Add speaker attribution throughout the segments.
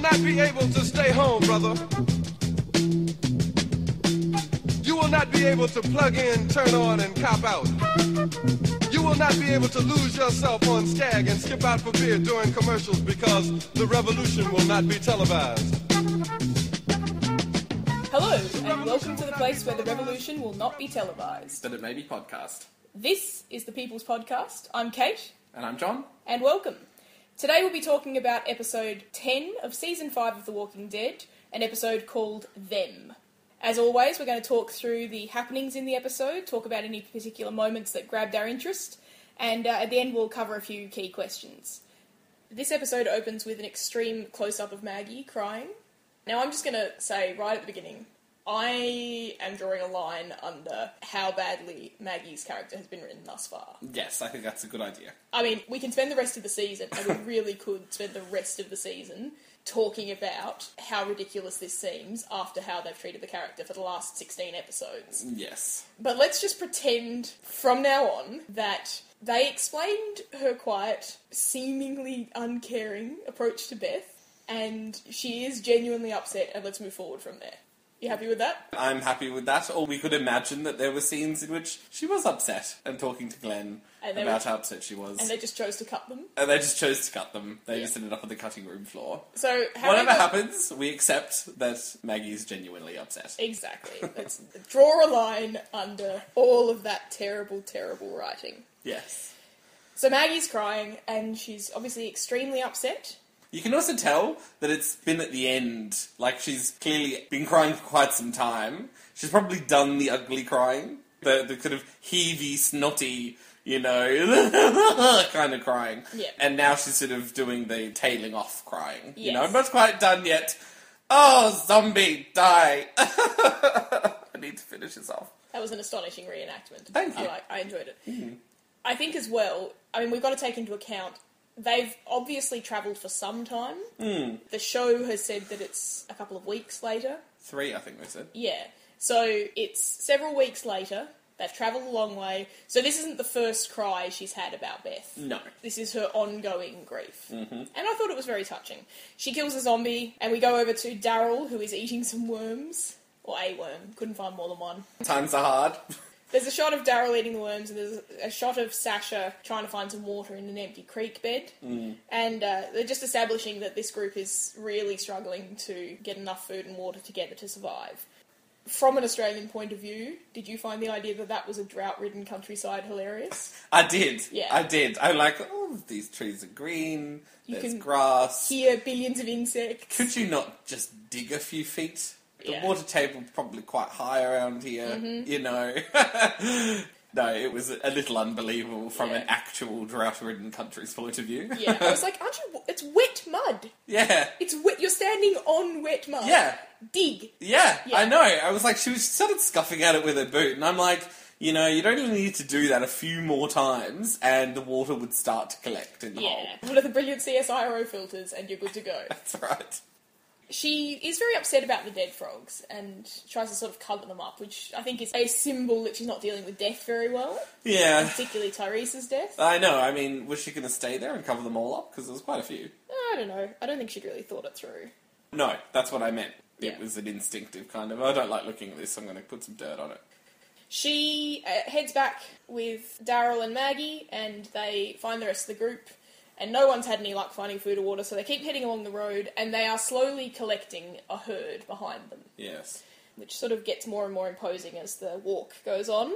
Speaker 1: not be able to stay home, brother. You will not be able to plug in, turn on, and cop out. You will not be able to lose yourself on Skag and skip out for beer during commercials because the revolution will not be televised.
Speaker 2: Hello, and welcome to the place where the revolution will not be televised.
Speaker 3: But it may be podcast.
Speaker 2: This is the People's Podcast. I'm Kate,
Speaker 3: And I'm John.
Speaker 2: and welcome. Today we'll be talking about episode 10 of season 5 of The Walking Dead, an episode called Them. As always, we're going to talk through the happenings in the episode, talk about any particular moments that grabbed our interest, and uh, at the end we'll cover a few key questions. This episode opens with an extreme close up of Maggie crying. Now, I'm just going to say right at the beginning, I am drawing a line under how badly Maggie's character has been written thus far.
Speaker 3: Yes, I think that's a good idea.
Speaker 2: I mean, we can spend the rest of the season, and we really could spend the rest of the season talking about how ridiculous this seems after how they've treated the character for the last 16 episodes.
Speaker 3: Yes.
Speaker 2: But let's just pretend from now on that they explained her quiet, seemingly uncaring approach to Beth, and she is genuinely upset, and let's move forward from there. You happy with that?
Speaker 3: I'm happy with that. Or we could imagine that there were scenes in which she was upset and talking to Glenn
Speaker 2: And they
Speaker 3: about
Speaker 2: were-
Speaker 3: how upset she was.
Speaker 2: And they just chose to cut them.
Speaker 3: And they just chose to cut them. They
Speaker 2: Yeah.
Speaker 3: just ended up on the cutting room floor.
Speaker 2: So,
Speaker 3: Whatever
Speaker 2: however-
Speaker 3: happens, we accept that Maggie's genuinely upset.
Speaker 2: Exactly. Let's draw a line under all of that terrible, terrible writing.
Speaker 3: Yes.
Speaker 2: So Maggie's crying, and she's obviously extremely upset.
Speaker 3: You can also tell that it's been at the end. Like, she's clearly been crying for quite some time. She's probably done the ugly crying. The, the kind of heavy, snotty, you know, kind of crying.
Speaker 2: Yeah.
Speaker 3: And now she's sort of doing the tailing off crying. You know,
Speaker 2: Yes.
Speaker 3: I'm not quite done yet. Oh, zombie, die. I need to finish this off.
Speaker 2: That was an astonishing reenactment.
Speaker 3: Thank
Speaker 2: I,
Speaker 3: you. Mm-hmm.
Speaker 2: like, I enjoyed it. I think as well, I mean, we've got to take into account they've obviously travelled for some time.
Speaker 3: Mm.
Speaker 2: The show has said that it's a couple of weeks later.
Speaker 3: Three, I think they said.
Speaker 2: Yeah. So it's several weeks later. They've travelled a long way. So this isn't the first cry she's had about Beth.
Speaker 3: No.
Speaker 2: This is her ongoing grief. Mm-hmm. And I thought it was very touching. She kills a zombie, and we go over to Daryl, who is eating some worms. Or a worm. Couldn't find more than one.
Speaker 3: Times are hard.
Speaker 2: There's a shot of Daryl eating the worms, and there's a shot of Sasha trying to find some water in an empty creek bed. Mm. And uh, they're just establishing that this group is really struggling to get enough food and water together to survive. From an Australian point of view, did you find the idea that that was a drought ridden countryside hilarious?
Speaker 3: I did.
Speaker 2: Yeah.
Speaker 3: I did. I like, oh, these trees are green.
Speaker 2: You
Speaker 3: there's
Speaker 2: can
Speaker 3: grass.
Speaker 2: Here, billions of insects.
Speaker 3: Could you not just dig a few feet? The
Speaker 2: Yeah. Mm-hmm.
Speaker 3: water table's probably quite high around here, you know. no, it was a little unbelievable from an
Speaker 2: Yeah.
Speaker 3: actual drought ridden country's point of view.
Speaker 2: yeah, I was like, aren't you? It's wet mud.
Speaker 3: yeah.
Speaker 2: It's wet. You're standing on wet mud.
Speaker 3: Yeah.
Speaker 2: Dig.
Speaker 3: Yeah,
Speaker 2: Yeah.
Speaker 3: I know. I was like, she was she started scuffing at it with her boot, and I'm like, you know, you'd only need to do that a few more times, and the water would start to collect in the hole.
Speaker 2: Yeah. Oh. One of the brilliant CSIRO filters, and you're good to go.
Speaker 3: That's right.
Speaker 2: she is very upset about the dead frogs and tries to sort of cover them up, which I think is a symbol that she's not dealing with death very well,
Speaker 3: Yeah,
Speaker 2: particularly Tyrese's death.
Speaker 3: I know. I mean, was she going to stay there and cover them all up? Because there was quite a few.
Speaker 2: I don't know. I don't think she'd really thought it through.
Speaker 3: No, that's what I meant.
Speaker 2: Yeah.
Speaker 3: It was an instinctive kind of. I don't like looking at this. so I'm going to put some dirt on it.
Speaker 2: She uh, heads back with Daryl and Maggie, and they find the rest of the group. And no one's had any luck finding food or water, so they keep heading along the road, and they are slowly collecting a herd behind them,
Speaker 3: Yes.
Speaker 2: which sort of gets more and more imposing as the walk goes on.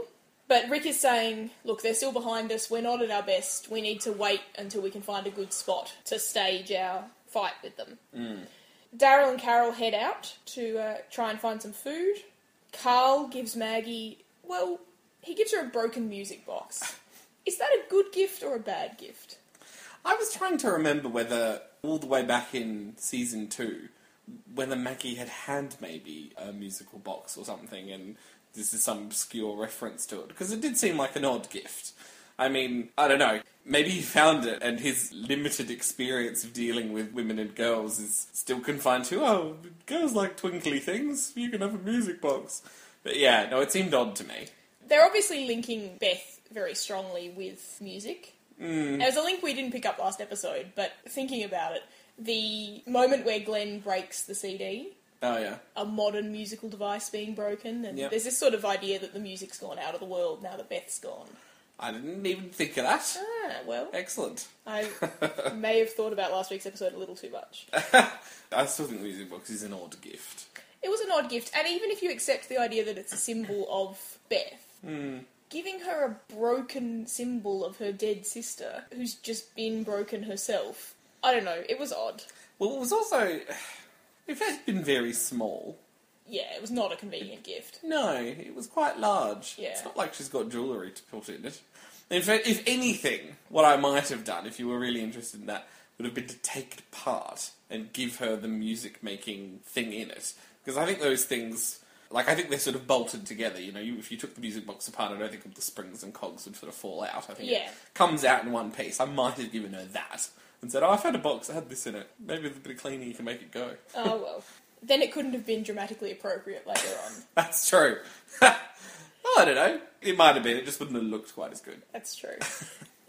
Speaker 2: But Rick is saying, "Look, they're still behind us. We're not at our best. We need to wait until we can find a good spot to stage our fight with them." Daryl and Carol head out to uh, try and find some food. Carl gives Maggie, well, he gives her a broken music box. Is that a good gift or a bad gift?
Speaker 3: I was trying to remember whether all the way back in season two, whether Maggie had had maybe a musical box or something, and this is some obscure reference to it because it did seem like an odd gift. I mean, I don't know. Maybe he found it, and his limited experience of dealing with women and girls is still confined to oh, girls like twinkly things. You can have a music box, but yeah, no, it seemed odd to me.
Speaker 2: They're obviously linking Beth very strongly with music. Mm. There's a link we didn't pick up last episode, but thinking about it, the moment where Glenn breaks the CD,
Speaker 3: Oh yeah.
Speaker 2: a modern musical device being broken, and
Speaker 3: Yep.
Speaker 2: there's this sort of idea that the music's gone out of the world now that Beth's gone.
Speaker 3: I didn't even think of that.
Speaker 2: Ah, well,
Speaker 3: Excellent.
Speaker 2: I may have thought about last week's episode a little too much.
Speaker 3: I still think the music box is an odd gift.
Speaker 2: It was an odd gift, and even if you accept the idea that it's a symbol of Beth, giving her a broken symbol of her dead sister, who's just been broken herself, I don't know, it was odd.
Speaker 3: Well, it was also, if that's been very small,
Speaker 2: Yeah, it was not a convenient gift.
Speaker 3: no, it was quite large.
Speaker 2: Yeah.
Speaker 3: It's not like she's got jewellery to put in it. In fact, if anything, what I might have done, if you were really interested in that, would have been to take it apart and give her the music making thing in it. Because I think those things, like, I think they're sort of bolted together. You know, you, if you took the music box apart, I don't think all the springs and cogs would sort of fall out. I think
Speaker 2: Yeah.
Speaker 3: it comes out in one piece. I might have given her that and said, oh, I found a box, I had this in it. Maybe with a bit of cleaning, you can make it go.
Speaker 2: Oh well. Then it couldn't have been dramatically appropriate later on.
Speaker 3: That's true. oh, I don't know. It might have been. It just wouldn't have looked quite as good.
Speaker 2: That's true.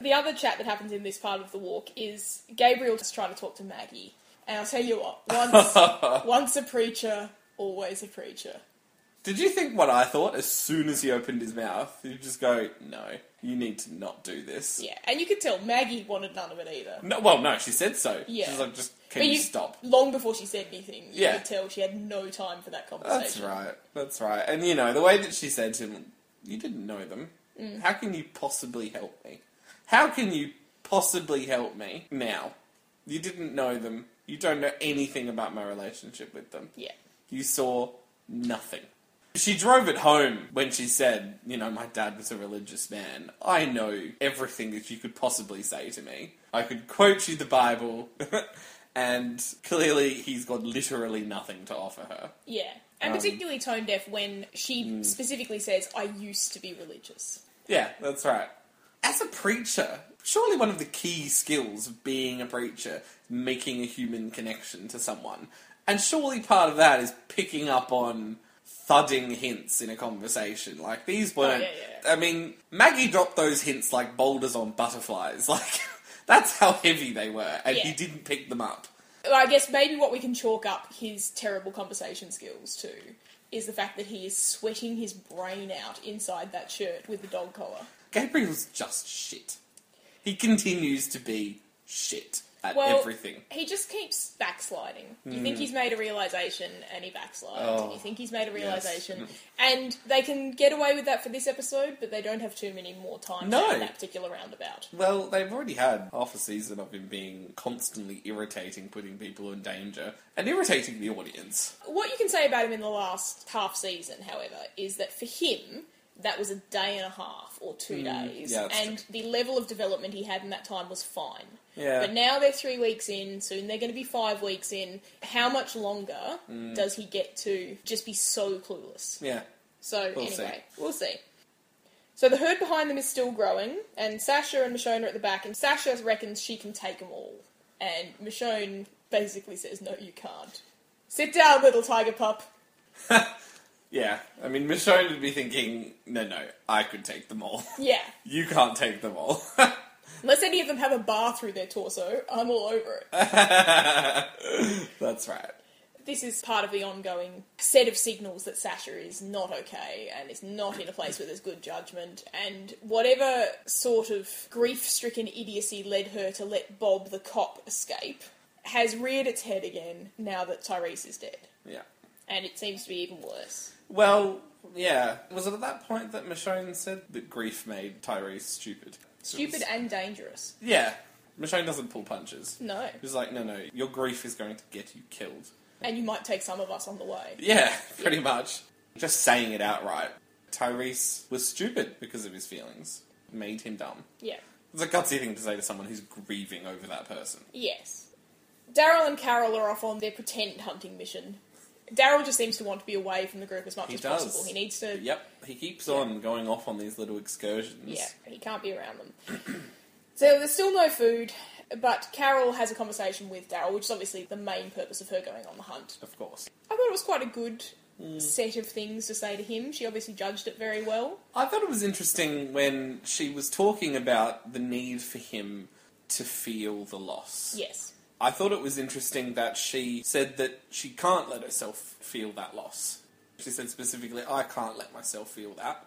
Speaker 2: the other chat that happens in this part of the walk is Gabriel just trying to talk to Maggie. And I'll tell you what, once, once a preacher, always a preacher.
Speaker 3: Did you think what I thought as soon as he opened his mouth? You just go, no, you need to not do this.
Speaker 2: Yeah, and you could tell Maggie wanted none of it either.
Speaker 3: No, well, no, she said so.
Speaker 2: Yeah.
Speaker 3: She's like, just can
Speaker 2: But
Speaker 3: you stop?
Speaker 2: Long before she said anything, you
Speaker 3: Yeah.
Speaker 2: could tell she had no time for that conversation.
Speaker 3: That's right. That's right. And you know the way that she said to him, you didn't know them.
Speaker 2: Mm.
Speaker 3: How can you possibly help me? How can you possibly help me now? You didn't know them. You don't know anything about my relationship with them.
Speaker 2: Yeah.
Speaker 3: You saw nothing. She drove it home when she said, you know, my dad was a religious man. I know everything that you could possibly say to me. I could quote you the Bible, and clearly he's got literally nothing to offer her.
Speaker 2: Yeah. And
Speaker 3: Um, mm.
Speaker 2: particularly tone deaf when she specifically says, I used to be religious.
Speaker 3: Yeah, that's right. As a preacher, surely one of the key skills of being a preacher is making a human connection to someone. And surely part of that is picking up on thudding hints in a conversation. Like these weren't
Speaker 2: Oh, yeah, yeah.
Speaker 3: I mean, Maggie dropped those hints like boulders on butterflies. Like that's how heavy they were, and he
Speaker 2: Yeah.
Speaker 3: didn't pick them up.
Speaker 2: Well, I guess maybe what we can chalk up his terrible conversation skills to is the fact that he is sweating his brain out inside that shirt with the dog collar.
Speaker 3: Gabriel's just shit. He continues to be shit at
Speaker 2: Well,
Speaker 3: everything. Hmm.
Speaker 2: He just keeps backsliding. You think he's made a realization and he backslides.
Speaker 3: Oh,
Speaker 2: you think he's made a
Speaker 3: yes. Hmm.
Speaker 2: realization. And they can get away with that for this episode, but they don't have too many more times
Speaker 3: No.
Speaker 2: in that particular roundabout.
Speaker 3: Well, they've already had half a season of him being constantly irritating, putting people in danger, and irritating the audience.
Speaker 2: What you can say about him in the last half season, however, is that for him, that was a day and a half or two days,
Speaker 3: Hmm. yeah, that's
Speaker 2: and the level of development he had in that time was fine.
Speaker 3: Yeah.
Speaker 2: But now they're three weeks in, soon they're going to be five weeks in. How much longer
Speaker 3: Hmm.
Speaker 2: does he get to just be so clueless?
Speaker 3: Yeah.
Speaker 2: So,
Speaker 3: We'll
Speaker 2: anyway, we'll see. So the herd behind them is still growing, and Sasha and Michonne are at the back, and Sasha reckons she can take them all. And Michonne basically says, No, you can't. Sit down, little tiger pup.
Speaker 3: Yeah. I mean, Michonne would be thinking, no, no, I could take them all.
Speaker 2: Yeah.
Speaker 3: you can't take them all.
Speaker 2: Unless any of them have a bar through their torso, I'm all over it.
Speaker 3: That's right.
Speaker 2: This is part of the ongoing set of signals that Sasha is not okay and is not in a place where there's good judgment. And whatever sort of grief stricken idiocy led her to let Bob the cop escape has reared its head again now that Tyrese is dead.
Speaker 3: Yeah.
Speaker 2: And it seems to be even worse.
Speaker 3: Well, yeah. Was it at that point that Michonne said that grief made Tyrese stupid? It
Speaker 2: Stupid
Speaker 3: was-
Speaker 2: and dangerous.
Speaker 3: yeah. Michonne doesn't pull punches.
Speaker 2: No.
Speaker 3: She's like, no, no, your grief is going to get you killed.
Speaker 2: And you might take some of us on the way.
Speaker 3: Yeah, pretty much. Just saying it outright. Tyrese was stupid because of his feelings. Made him dumb.
Speaker 2: Yeah.
Speaker 3: It's a gutsy thing to say to someone who's grieving over that person.
Speaker 2: Yes. Daryl and Carol are off on their pretend hunting mission. Daryl just seems to want to be away from the group as much
Speaker 3: He
Speaker 2: as
Speaker 3: does.
Speaker 2: possible. He needs to.
Speaker 3: Yep, he keeps on going off on these little excursions.
Speaker 2: Yeah, he can't be around them. so there's still no food, but Carol has a conversation with Daryl, which is obviously the main purpose of her going on the hunt.
Speaker 3: Of course.
Speaker 2: I thought it was quite a good set of things to say to him. She obviously judged it very well.
Speaker 3: I thought it was interesting when she was talking about the need for him to feel the loss.
Speaker 2: Yes.
Speaker 3: I thought it was interesting that she said that she can't let herself feel that loss. She said specifically, I can't let myself feel that,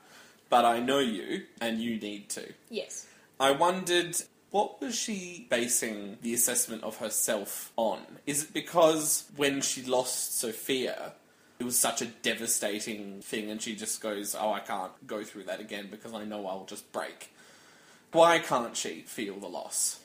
Speaker 3: but I know you, and you need to.
Speaker 2: Yes.
Speaker 3: I wondered what was she basing the assessment of herself on? Is it because when she lost Sophia, it was such a devastating thing and she just goes, "Oh, I can't go through that again because I know I'll just break." Why can't she feel the loss?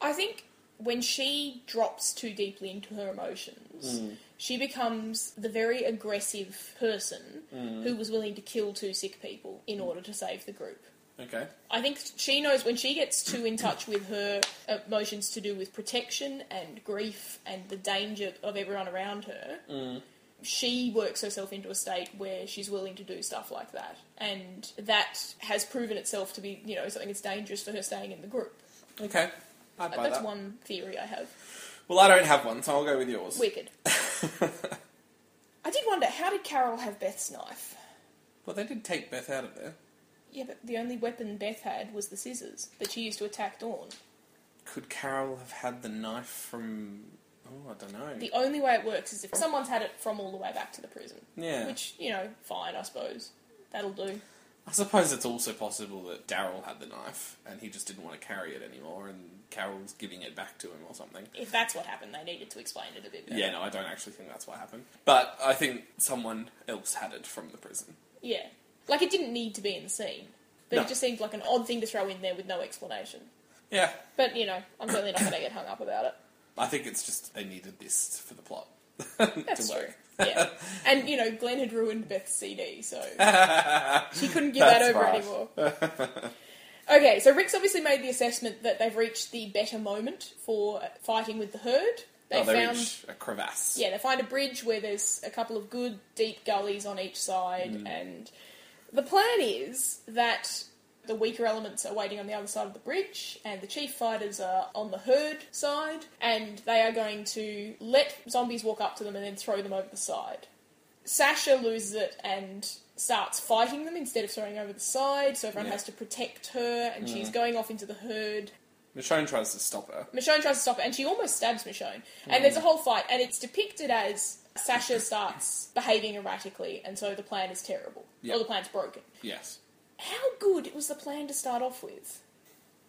Speaker 2: I think when she drops too deeply into her emotions, she becomes the very aggressive person who was willing to kill two sick people in order to save the group.
Speaker 3: Okay.
Speaker 2: I think she knows when she gets too in touch with her emotions to do with protection and grief and the danger of everyone around her, she works herself into a state where she's willing to do stuff like that. And that has proven itself to be, you know, something that's dangerous for her staying in the group.
Speaker 3: Okay. I buy
Speaker 2: Uh, That's
Speaker 3: that.
Speaker 2: one theory I have.
Speaker 3: Well, I don't have one, so I'll go with yours.
Speaker 2: Wicked. I did wonder, how did Carol have Beth's knife?
Speaker 3: Well, they did take Beth out of there.
Speaker 2: Yeah, but the only weapon Beth had was the scissors that she used to attack Dawn.
Speaker 3: Could Carol have had the knife from? Oh, I don't know.
Speaker 2: The only way it works is if someone's had it from all the way back to the prison.
Speaker 3: yeah.
Speaker 2: Which, you know, fine, I suppose. That'll do.
Speaker 3: I suppose it's also possible that Daryl had the knife and he just didn't want to carry it anymore, and Carol's giving it back to him or something.
Speaker 2: If that's what happened, they needed to explain it a bit better.
Speaker 3: Yeah, no, I don't actually think that's what happened. But I think someone else had it from the prison.
Speaker 2: Yeah. Like, it didn't need to be in the scene. But
Speaker 3: No.
Speaker 2: it just seemed like an odd thing to throw in there with no explanation.
Speaker 3: Yeah,
Speaker 2: But, you know, I'm certainly not going to get hung up about it.
Speaker 3: I think it's just they needed this for the plot.
Speaker 2: That's
Speaker 3: to
Speaker 2: true.
Speaker 3: work.
Speaker 2: Yeah. And, you know, Glenn had ruined Beth's CD, so she couldn't give that
Speaker 3: That's
Speaker 2: over
Speaker 3: right.
Speaker 2: anymore. okay, so Rick's obviously made the assessment that they've reached the better moment for fighting with the herd. They
Speaker 3: oh, they
Speaker 2: found.
Speaker 3: reach a crevasse.
Speaker 2: Yeah, they find a bridge where there's a couple of good deep gullies on each side, and the plan is that the weaker elements are waiting on the other side of the bridge, and the chief fighters are on the herd side, and they are going to let zombies walk up to them and then throw them over the side. Sasha loses it and starts fighting them instead of throwing over the side, so everyone
Speaker 3: Yeah.
Speaker 2: has to protect her, and she's going off into the herd.
Speaker 3: Michonne tries to stop her.
Speaker 2: Michonne tries to stop it, and she almost stabs Michonne. And there's a whole fight, and it's depicted as Sasha starts behaving erratically, and so the plan is terrible.
Speaker 3: Yeah.
Speaker 2: Or the plan's broken.
Speaker 3: Yes.
Speaker 2: How good was the plan to start off with?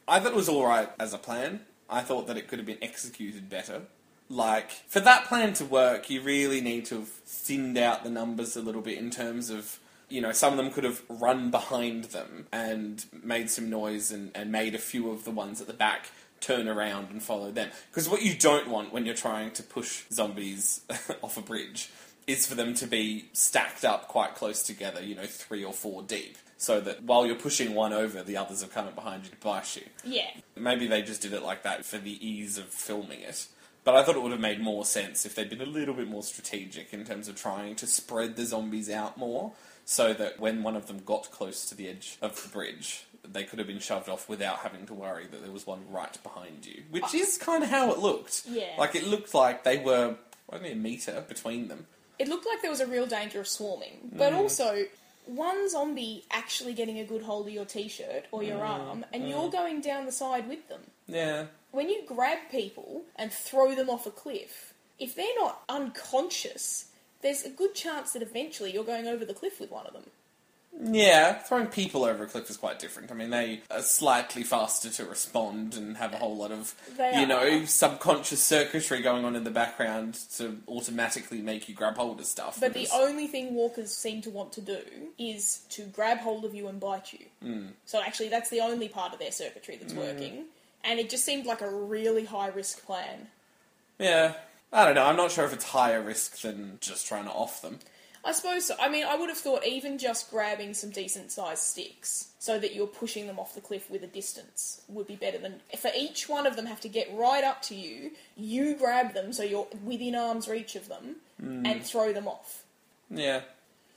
Speaker 3: I thought it was alright as a plan. I thought that it could have been executed better. Like, for that plan to work, you really need to have thinned out the numbers a little bit in terms of, you know, some of them could have run behind them and made some noise and, and made a few of the ones at the back turn around and follow them. Because what you don't want when you're trying to push zombies off a bridge is for them to be stacked up quite close together, you know, three or four deep, so that while you're pushing one over, the others are coming behind you to bite you.
Speaker 2: Yeah.
Speaker 3: Maybe they just did it like that for the ease of filming it. But I thought it would have made more sense if they'd been a little bit more strategic in terms of trying to spread the zombies out more, so that when one of them got close to the edge of the bridge, they could have been shoved off without having to worry that there was one right behind you, which is kind of how it looked.
Speaker 2: Yeah.
Speaker 3: Like it looked like they were only a meter between them.
Speaker 2: It looked like there was a real danger of swarming, but also one zombie actually getting a good hold of your t shirt or your arm, and you're going down the side with them.
Speaker 3: Yeah.
Speaker 2: When you grab people and throw them off a cliff, if they're not unconscious, there's a good chance that eventually you're going over the cliff with one of them.
Speaker 3: Yeah, throwing people over a cliff is quite different. I mean, they are slightly faster to respond and have a whole lot of,
Speaker 2: They
Speaker 3: you
Speaker 2: are.
Speaker 3: know, subconscious circuitry going on in the background to automatically make you grab hold of stuff.
Speaker 2: But the
Speaker 3: It's-
Speaker 2: only thing walkers seem to want to do is to grab hold of you and bite you. Mm. So actually, that's the only part of their circuitry that's working. And it just seemed like a really high risk plan.
Speaker 3: yeah, I don't know. I'm not sure if it's higher risk than just trying to off them.
Speaker 2: I suppose so. I mean, I would have thought even just grabbing some decent sized sticks so that you're pushing them off the cliff with a distance would be better than for each one of them have to get right up to you, you grab them so you're within arm's reach of them and throw them off.
Speaker 3: Yeah,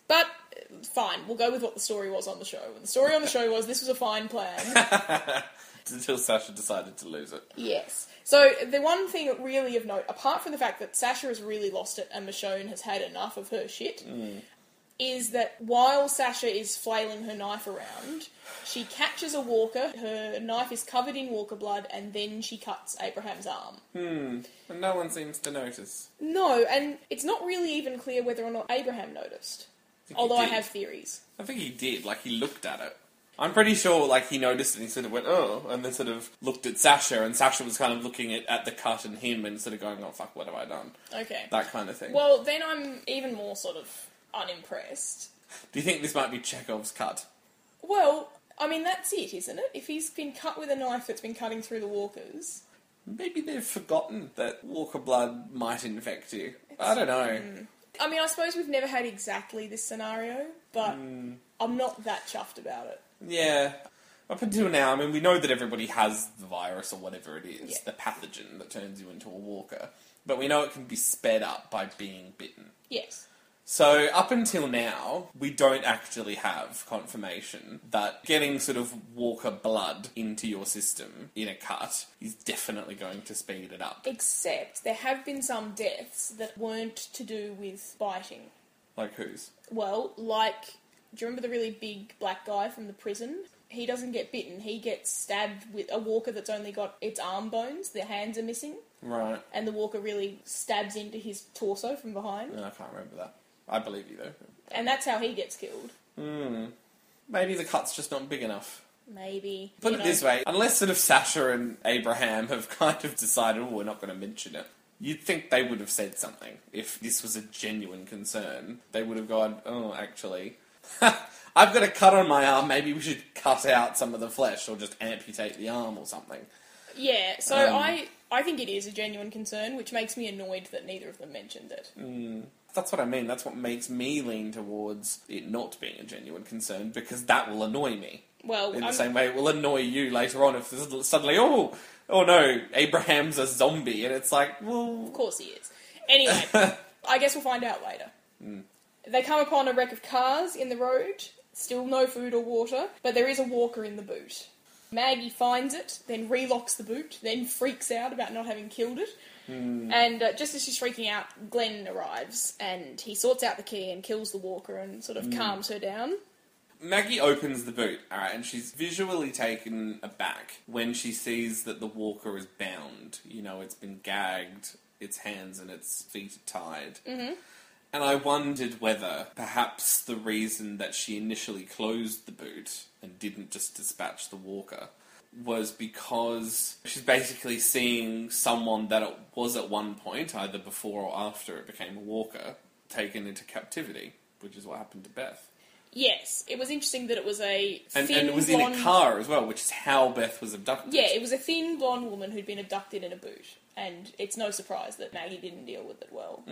Speaker 2: But uh, fine, we'll go with what the story was on the show. And the story on the show was this was a fine plan.
Speaker 3: until Sasha decided to lose it.
Speaker 2: Yes. So the one thing really
Speaker 3: Mm.
Speaker 2: of note, apart from the fact that Sasha has really lost it and Michonne has had enough of her shit, is that while Sasha is flailing her knife around, she catches a walker, her knife is covered in walker blood, and then she cuts Abraham's arm.
Speaker 3: And no one seems to notice.
Speaker 2: No, and it's not really even clear whether or not Abraham noticed.
Speaker 3: think he
Speaker 2: Although I
Speaker 3: did.
Speaker 2: have theories.
Speaker 3: I think he did. Like he looked at it. I'm pretty sure, like he noticed and he sort of went, "Oh," and then sort of looked at Sasha, and Sasha was kind of looking at, at the cut and him, and sort of going, "Oh fuck, what have I done?"
Speaker 2: Okay.
Speaker 3: That kind of thing.
Speaker 2: Well, then I'm even more sort of unimpressed.
Speaker 3: Do you think this might be Chekhov's cut?
Speaker 2: Well, I mean, that's it, isn't it? If he's been cut with a knife that's been cutting through the walkers.
Speaker 3: Maybe they've forgotten that Walker blood might infect you. I don't know.
Speaker 2: I mean, I suppose we've never had exactly this scenario, but I'm not that chuffed about it.
Speaker 3: Yeah. Up until now, I mean, we know that everybody has the virus or whatever it is,
Speaker 2: Yeah.
Speaker 3: the pathogen that turns you into a walker. But we know it can be sped up by being bitten.
Speaker 2: Yes.
Speaker 3: So, up until now, we don't actually have confirmation that getting sort of walker blood into your system in a cut is definitely going to speed it up.
Speaker 2: Except there have been some deaths that weren't to do with biting.
Speaker 3: Like whose?
Speaker 2: Well, like, do you remember the really big black guy from the prison? He doesn't get bitten. He gets stabbed with a walker that's only got its arm bones. The hands are missing,
Speaker 3: Right.
Speaker 2: and the walker really stabs into his torso from behind,
Speaker 3: No, I can't remember that. I believe you, though.
Speaker 2: and that's how he gets killed.
Speaker 3: Maybe the cut's just not big enough.
Speaker 2: Maybe.
Speaker 3: Put
Speaker 2: you
Speaker 3: it
Speaker 2: know.
Speaker 3: this way, unless sort of Sasha and Abraham have kind of decided, oh, we're not going to mention it, you'd think they would have said something. If this was a genuine concern, they would have gone, oh, actually, I've got a cut on my arm, maybe we should cut out some of the flesh or just amputate the arm or something.
Speaker 2: Yeah. So
Speaker 3: Um,
Speaker 2: I, I think it is a genuine concern, which makes me annoyed that neither of them mentioned it.
Speaker 3: mm. That's what I mean. That's what makes me lean towards it not being a genuine concern because that will annoy me.
Speaker 2: Well,
Speaker 3: In the
Speaker 2: I'm-
Speaker 3: same way, it will annoy you later on if there's suddenly, oh, oh no, Abraham's a zombie, and it's like, well,
Speaker 2: Of course he is. Anyway, I guess we'll find out later.
Speaker 3: Hmm.
Speaker 2: They come upon a wreck of cars in the road, still no food or water, but there is a walker in the boot. Maggie finds it, then relocks the boot, then freaks out about not having killed it.
Speaker 3: Hmm.
Speaker 2: And uh, just as she's freaking out, Glenn arrives and he sorts out the key and kills the walker and sort of
Speaker 3: Hmm.
Speaker 2: calms her down.
Speaker 3: Maggie opens the boot, alright, and she's visually taken aback when she sees that the walker is bound. You know, it's been gagged, its hands and its feet are tied. Mm-hmm. And I wondered whether perhaps the reason that she initially closed the boot and didn't just dispatch the walker was because she's basically seeing someone that it was at one point, either before or after it became a walker, taken into captivity, which is what happened to Beth.
Speaker 2: Yes, it was interesting that it was a
Speaker 3: And,
Speaker 2: thin
Speaker 3: and it was
Speaker 2: blonde...
Speaker 3: in a car as well, which is how Beth was abducted.
Speaker 2: Yeah, it was a thin blonde woman who'd been abducted in a boot, and it's no surprise that Maggie didn't deal with it well.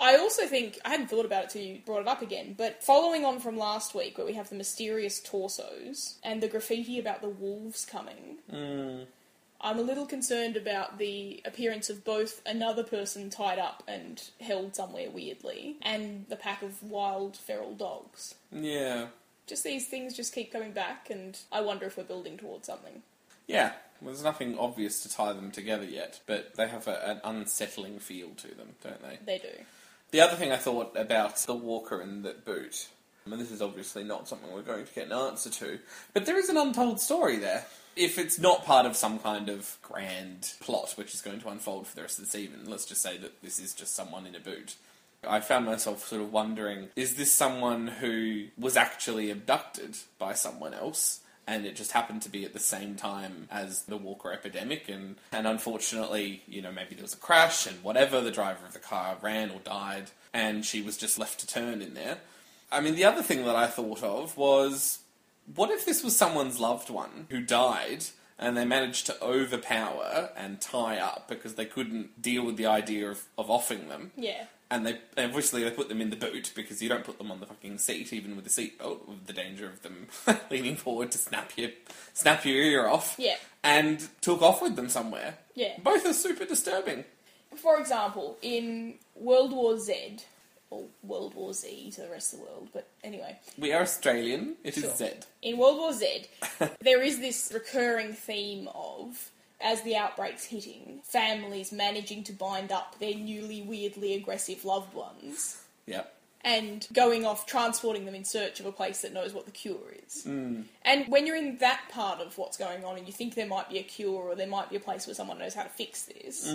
Speaker 2: I also think I hadn't thought about it till you brought it up again, but following on from last week, where we have the mysterious torsos and the graffiti about the wolves coming, I'm a little concerned about the appearance of both another person tied up and held somewhere weirdly, and the pack of wild feral dogs.
Speaker 3: Yeah.
Speaker 2: Just these things just keep coming back, and I wonder if we're building towards something.
Speaker 3: Yeah. Well, there's nothing obvious to tie them together yet, but they have a, an unsettling feel to them, don't they?
Speaker 2: They do.
Speaker 3: The other thing I thought about the walker and the boot, and this is obviously not something we're going to get an answer to, but there is an untold story there. If it's not part of some kind of grand plot which is going to unfold for the rest of this evening, let's just say that this is just someone in a boot. I found myself sort of wondering is this someone who was actually abducted by someone else? And it just happened to be at the same time as the Walker epidemic, and, and unfortunately, you know, maybe there was a crash and whatever, the driver of the car ran or died, and she was just left to turn in there. I mean, the other thing that I thought of was what if this was someone's loved one who died and they managed to overpower and tie up because they couldn't deal with the idea of, of offing them?
Speaker 2: Yeah.
Speaker 3: And they and obviously they put them in the boot because you don't put them on the fucking seat, even with a seatbelt, with the danger of them leaning forward to snap your snap your ear off.
Speaker 2: Yeah.
Speaker 3: And took off with them somewhere.
Speaker 2: Yeah.
Speaker 3: Both are super disturbing.
Speaker 2: For example, in World War Z, or World War Z to the rest of the world, but anyway,
Speaker 3: We are Australian. It is
Speaker 2: Sure.
Speaker 3: Z.
Speaker 2: in World War Z, there is this recurring theme of, as the outbreak's hitting, families managing to bind up their newly weirdly aggressive loved ones
Speaker 3: Yep.
Speaker 2: and going off transporting them in search of a place that knows what the cure is. And when you're in that part of what's going on and you think there might be a cure or there might be a place where someone knows how to fix this,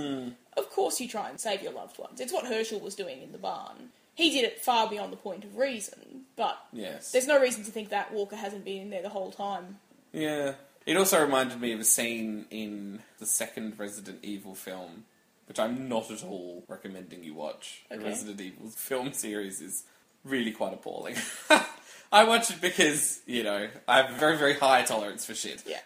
Speaker 2: of course you try and save your loved ones. It's what Herschel was doing in the barn. He did it far beyond the point of reason, but
Speaker 3: Yes.
Speaker 2: there's no reason to think that Walker hasn't been in there the whole time.
Speaker 3: Yeah. It also reminded me of a scene in the second Resident Evil film, which I'm not at all recommending you watch. The
Speaker 2: Okay.
Speaker 3: Resident Evil film series is really quite appalling. I watch it because, you know, I have a very, very high tolerance for shit.
Speaker 2: Yeah.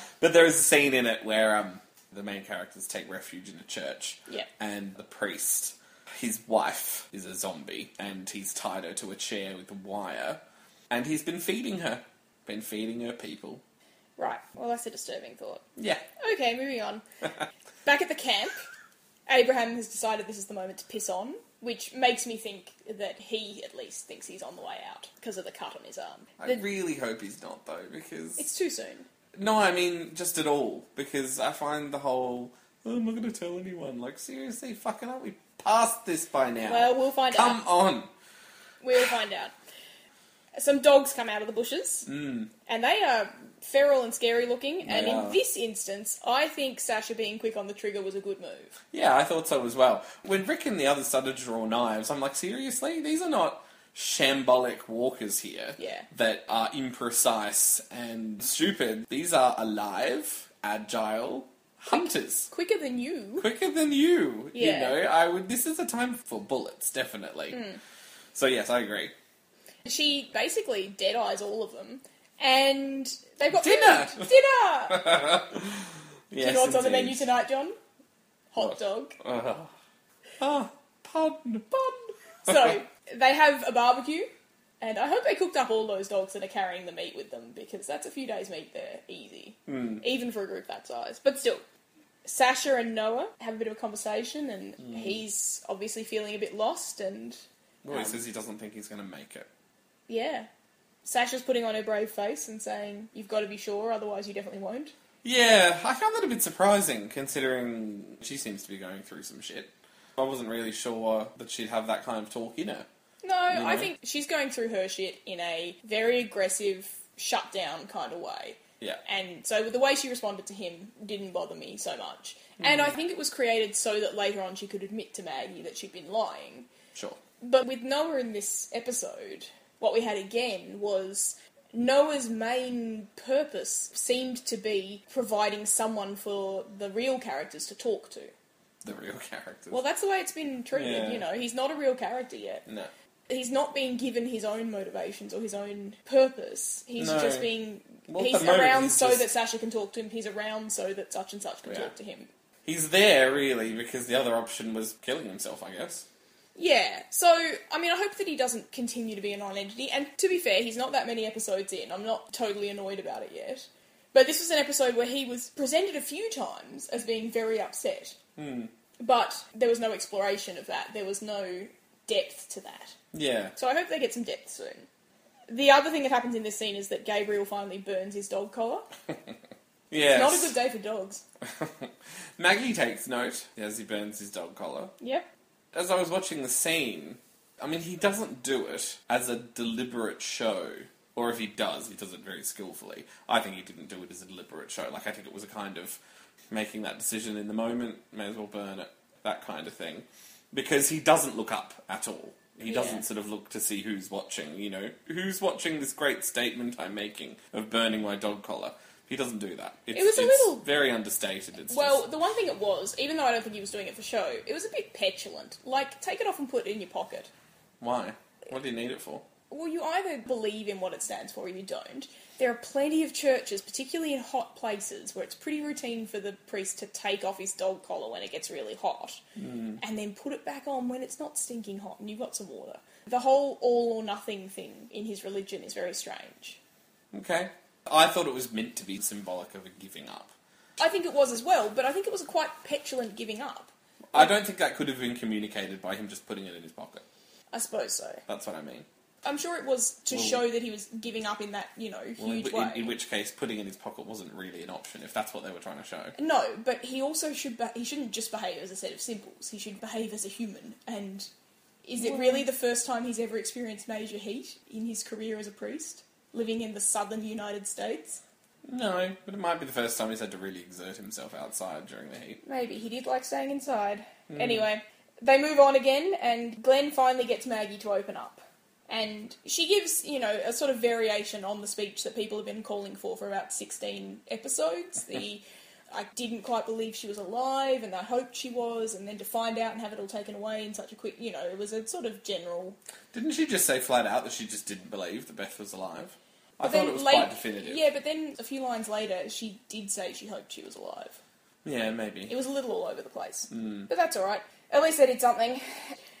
Speaker 3: but there is a scene in it where um, the main characters take refuge in a church.
Speaker 2: Yeah.
Speaker 3: And the priest, his wife, is a zombie, and he's tied her to a chair with a wire, and he's been feeding her, been feeding her people.
Speaker 2: Right. Well, that's a disturbing thought.
Speaker 3: Yeah.
Speaker 2: Okay, moving on. Back at the camp, Abraham has decided this is the moment to piss on, which makes me think that he at least thinks he's on the way out because of the cut on his arm.
Speaker 3: I
Speaker 2: The-
Speaker 3: really hope he's not though, because
Speaker 2: it's too soon.
Speaker 3: no, I mean just at all, because I find the whole "Oh, I'm not going to tell anyone. Like seriously, fucking up. We past this by now.
Speaker 2: Well, we'll find
Speaker 3: Oh, come
Speaker 2: out.
Speaker 3: on.
Speaker 2: We'll find out. Some dogs come out of the bushes,
Speaker 3: Hmm.
Speaker 2: and they are feral and scary looking. And
Speaker 3: They
Speaker 2: in
Speaker 3: are.
Speaker 2: this instance, I think Sasha being quick on the trigger was a good move.
Speaker 3: Yeah, I thought so as well. When Rick and the others started to draw knives, I'm like, seriously? These are not shambolic walkers here
Speaker 2: Yeah.
Speaker 3: that are imprecise and stupid. These are alive, agile hunters.
Speaker 2: Quicker than you.
Speaker 3: Quicker than you.
Speaker 2: Yeah. Hmm.
Speaker 3: You know, I would this is a time for bullets, definitely. So yes, I agree.
Speaker 2: She basically dead eyes all of them, and they've got
Speaker 3: Dinner!
Speaker 2: food. Dinner.
Speaker 3: Yes,
Speaker 2: you know what's on the
Speaker 3: indeed.
Speaker 2: menu tonight, John? Hot
Speaker 3: What?
Speaker 2: dog.
Speaker 3: Ah. Ah, pardon,
Speaker 2: Um,
Speaker 3: pardon.
Speaker 2: So they have a barbecue, and I hope they cooked up all those dogs that are carrying the meat with them because that's a few days' meat there, easy,
Speaker 3: Hmm.
Speaker 2: even for a group that size. But still, Sasha and Noah have a bit of a conversation, and
Speaker 3: Hmm.
Speaker 2: he's obviously feeling a bit lost, and
Speaker 3: Well, he
Speaker 2: Um,
Speaker 3: says he doesn't think he's going to make it.
Speaker 2: yeah. Sasha's putting on her brave face and saying, You've got to be sure, otherwise, you definitely won't.
Speaker 3: Yeah, I found that a bit surprising considering she seems to be going through some shit. I wasn't really sure that she'd have that kind of talk in her.
Speaker 2: No, I
Speaker 3: know?
Speaker 2: think she's going through her shit in a very aggressive, shutdown kind of way.
Speaker 3: Yeah.
Speaker 2: And so the way she responded to him didn't bother me so much. And I think it was created so that later on she could admit to Maggie that she'd been lying.
Speaker 3: Sure.
Speaker 2: But with Noah in this episode, what we had again was Noah's main purpose seemed to be providing someone for the real characters to talk to.
Speaker 3: The real characters.
Speaker 2: Well, that's the way it's been treated,
Speaker 3: Yeah.
Speaker 2: you know. He's not a real character yet
Speaker 3: no.
Speaker 2: he's not being given his own motivations or his own purpose. He's
Speaker 3: No.
Speaker 2: just being
Speaker 3: Well, at
Speaker 2: he's
Speaker 3: the moment,
Speaker 2: around
Speaker 3: he's
Speaker 2: so
Speaker 3: just-
Speaker 2: that Sasha can talk to him. He's around so that such and such can
Speaker 3: Yeah.
Speaker 2: talk to him.
Speaker 3: He's there, really, because the other option was killing himself, I guess.
Speaker 2: Yeah. So I mean, I hope that he doesn't continue to be a non-entity. And to be fair, he's not that many episodes in. I'm not totally annoyed about it yet. But this was an episode where he was presented a few times as being very upset.
Speaker 3: Hmm.
Speaker 2: But there was no exploration of that. There was no depth to that.
Speaker 3: Yeah.
Speaker 2: So I hope they get some depth soon. The other thing that happens in this scene is that Gabriel finally burns his dog collar.
Speaker 3: Yeah.
Speaker 2: Not a good day for dogs.
Speaker 3: Maggie takes note as he burns his dog collar.
Speaker 2: Yep.
Speaker 3: As I was watching the scene, I mean, he doesn't do it as a deliberate show. Or if he does, he does it very skillfully. I think he didn't do it as a deliberate show. Like, I think it was a kind of making that decision in the moment, may as well burn it, that kind of thing. Because he doesn't look up at all. He
Speaker 2: Yeah.
Speaker 3: doesn't sort of look to see who's watching, you know. Who's watching this great statement I'm making of burning my dog collar? He doesn't do that. It's,
Speaker 2: was a
Speaker 3: it's
Speaker 2: little-
Speaker 3: very understated. It's
Speaker 2: Well,
Speaker 3: just-
Speaker 2: the one thing it was, even though I don't think he was doing it for show, it was a bit petulant. Like, take it off and put it in your pocket.
Speaker 3: why? What do you need it for?
Speaker 2: Well, you either believe in what it stands for or you don't. There are plenty of churches, particularly in hot places, where it's pretty routine for the priest to take off his dog collar when it gets really hot
Speaker 3: Hmm.
Speaker 2: and then put it back on when it's not stinking hot and you've got some water. The whole all or nothing thing in his religion is very strange.
Speaker 3: Okay. I thought it was meant to be symbolic of a giving up.
Speaker 2: I think it was as well, but I think it was a quite petulant giving up.
Speaker 3: I don't think that could have been communicated by him just putting it in his pocket.
Speaker 2: I suppose so.
Speaker 3: That's what I mean.
Speaker 2: I'm sure it was to
Speaker 3: Well-
Speaker 2: show that he was giving up in that, you know,
Speaker 3: Well, in,
Speaker 2: huge way.
Speaker 3: in, in which case, putting it in his pocket wasn't really an option if that's what they were trying to show.
Speaker 2: No, but he also should. Be- he shouldn't just behave as a set of symbols. He should behave as a human and Is it really the first time he's ever experienced major heat in his career as a priest, living in the southern United States?
Speaker 3: No, but it might be the first time he's had to really exert himself outside during the heat.
Speaker 2: Maybe he did like staying inside.
Speaker 3: Hmm.
Speaker 2: Anyway, they move on again, and Glenn finally gets Maggie to open up. And she gives, you know, a sort of variation on the speech that people have been calling for for about 16 episodes. The I didn't quite believe she was alive, and I hoped she was, and then to find out and have it all taken away in such a quick, you know, it was a sort of general.
Speaker 3: Didn't she just say flat out that she just didn't believe that Beth was alive? I
Speaker 2: But
Speaker 3: thought
Speaker 2: then
Speaker 3: it was
Speaker 2: late-
Speaker 3: quite definitive.
Speaker 2: Yeah, but then a few lines later, she did say she hoped she was alive.
Speaker 3: Yeah, maybe.
Speaker 2: It was a little all over the place. But that's alright. At least they did something.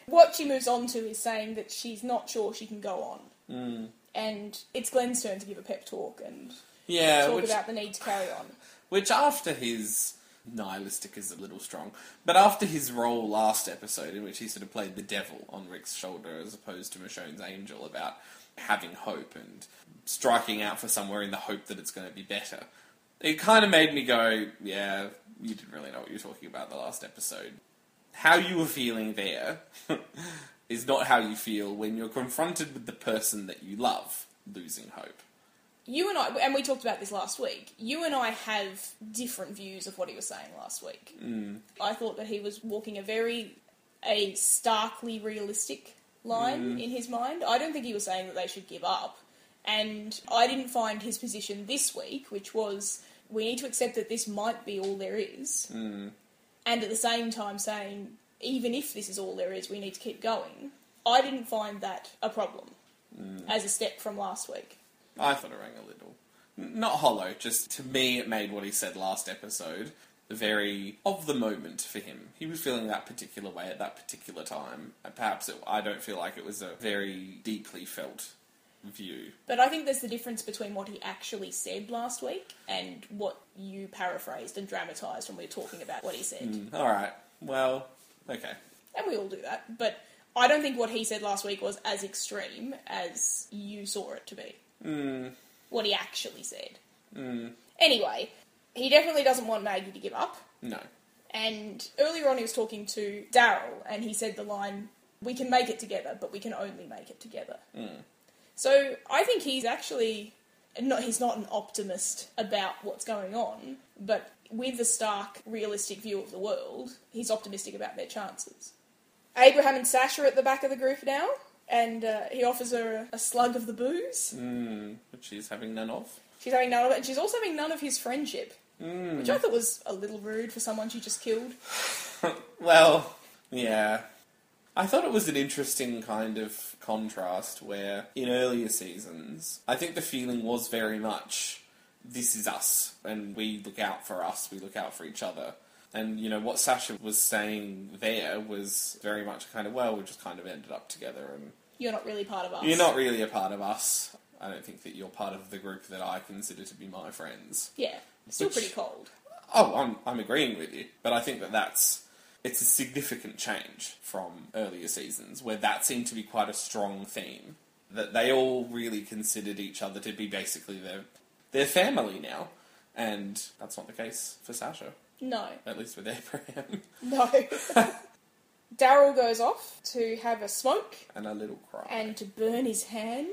Speaker 2: What she moves on to is saying that she's not sure she can go on. And it's Glenn's turn to give a pep talk and
Speaker 3: Yeah,
Speaker 2: talk
Speaker 3: Uh, which,
Speaker 2: about the need to carry on.
Speaker 3: which after his nihilistic is a little strong, but after his role last episode in which he sort of played the devil on Rick's shoulder as opposed to Michonne's angel about having hope and striking out for somewhere in the hope that it's going to be better. It kind of made me go, yeah, you didn't really know what you were talking about the last episode. How you were feeling there is not how you feel when you're confronted with the person that you love losing hope.
Speaker 2: You and I, and we talked about this last week, you and I have different views of what he was saying last week. I thought that he was walking a very, a starkly realistic line in his mind. I don't think he was saying that they should give up. And I didn't find his position this week, which was we need to accept that this might be all there is. And at the same time saying, even if this is all there is, we need to keep going. I didn't find that a problem as a step from last week.
Speaker 3: I thought it rang a little. N- Not hollow, just to me it made what he said last episode very of the moment for him. He was feeling that particular way at that particular time. And perhaps it, I don't feel like it was a very deeply felt view.
Speaker 2: But I think there's the difference between what he actually said last week and what you paraphrased and dramatised when we were talking about what he said.
Speaker 3: Hmm. Alright, well, okay.
Speaker 2: And we all do that. But I don't think what he said last week was as extreme as you saw it to be. What he actually said. Anyway, he definitely doesn't want Maggie to give up.
Speaker 3: No.
Speaker 2: And earlier on, he was talking to Daryl, and he said the line, "We can make it together, but we can only make it together." So I think he's actually not. He's not an optimist about what's going on, but with a stark, realistic view of the world, he's optimistic about their chances. Abraham and Sasha are at the back of the group now, and uh, he offers her a, a slug of the booze.
Speaker 3: Mm, which she's having none of.
Speaker 2: She's having none of it, and she's also having none of his friendship, which I thought was a little rude for someone she just killed.
Speaker 3: Well, yeah. I thought it was an interesting kind of contrast where in earlier seasons, I think the feeling was very much this is us and we look out for us, we look out for each other. And you know what Sasha was saying there was very much kind of well, we just kind of ended up together and
Speaker 2: You're not really part of us.
Speaker 3: you're not really a part of us. I don't think that you're part of the group that I consider to be my friends.
Speaker 2: Yeah, still
Speaker 3: Which-
Speaker 2: pretty cold.
Speaker 3: Oh, I'm, I'm agreeing with you, but I think that that's it's a significant change from earlier seasons where that seemed to be quite a strong theme that they all really considered each other to be basically their their family now, and that's not the case for Sasha,
Speaker 2: No,
Speaker 3: at least with Abraham,
Speaker 2: no. Daryl goes off to have a smoke
Speaker 3: and a little cry.
Speaker 2: and to burn his hand,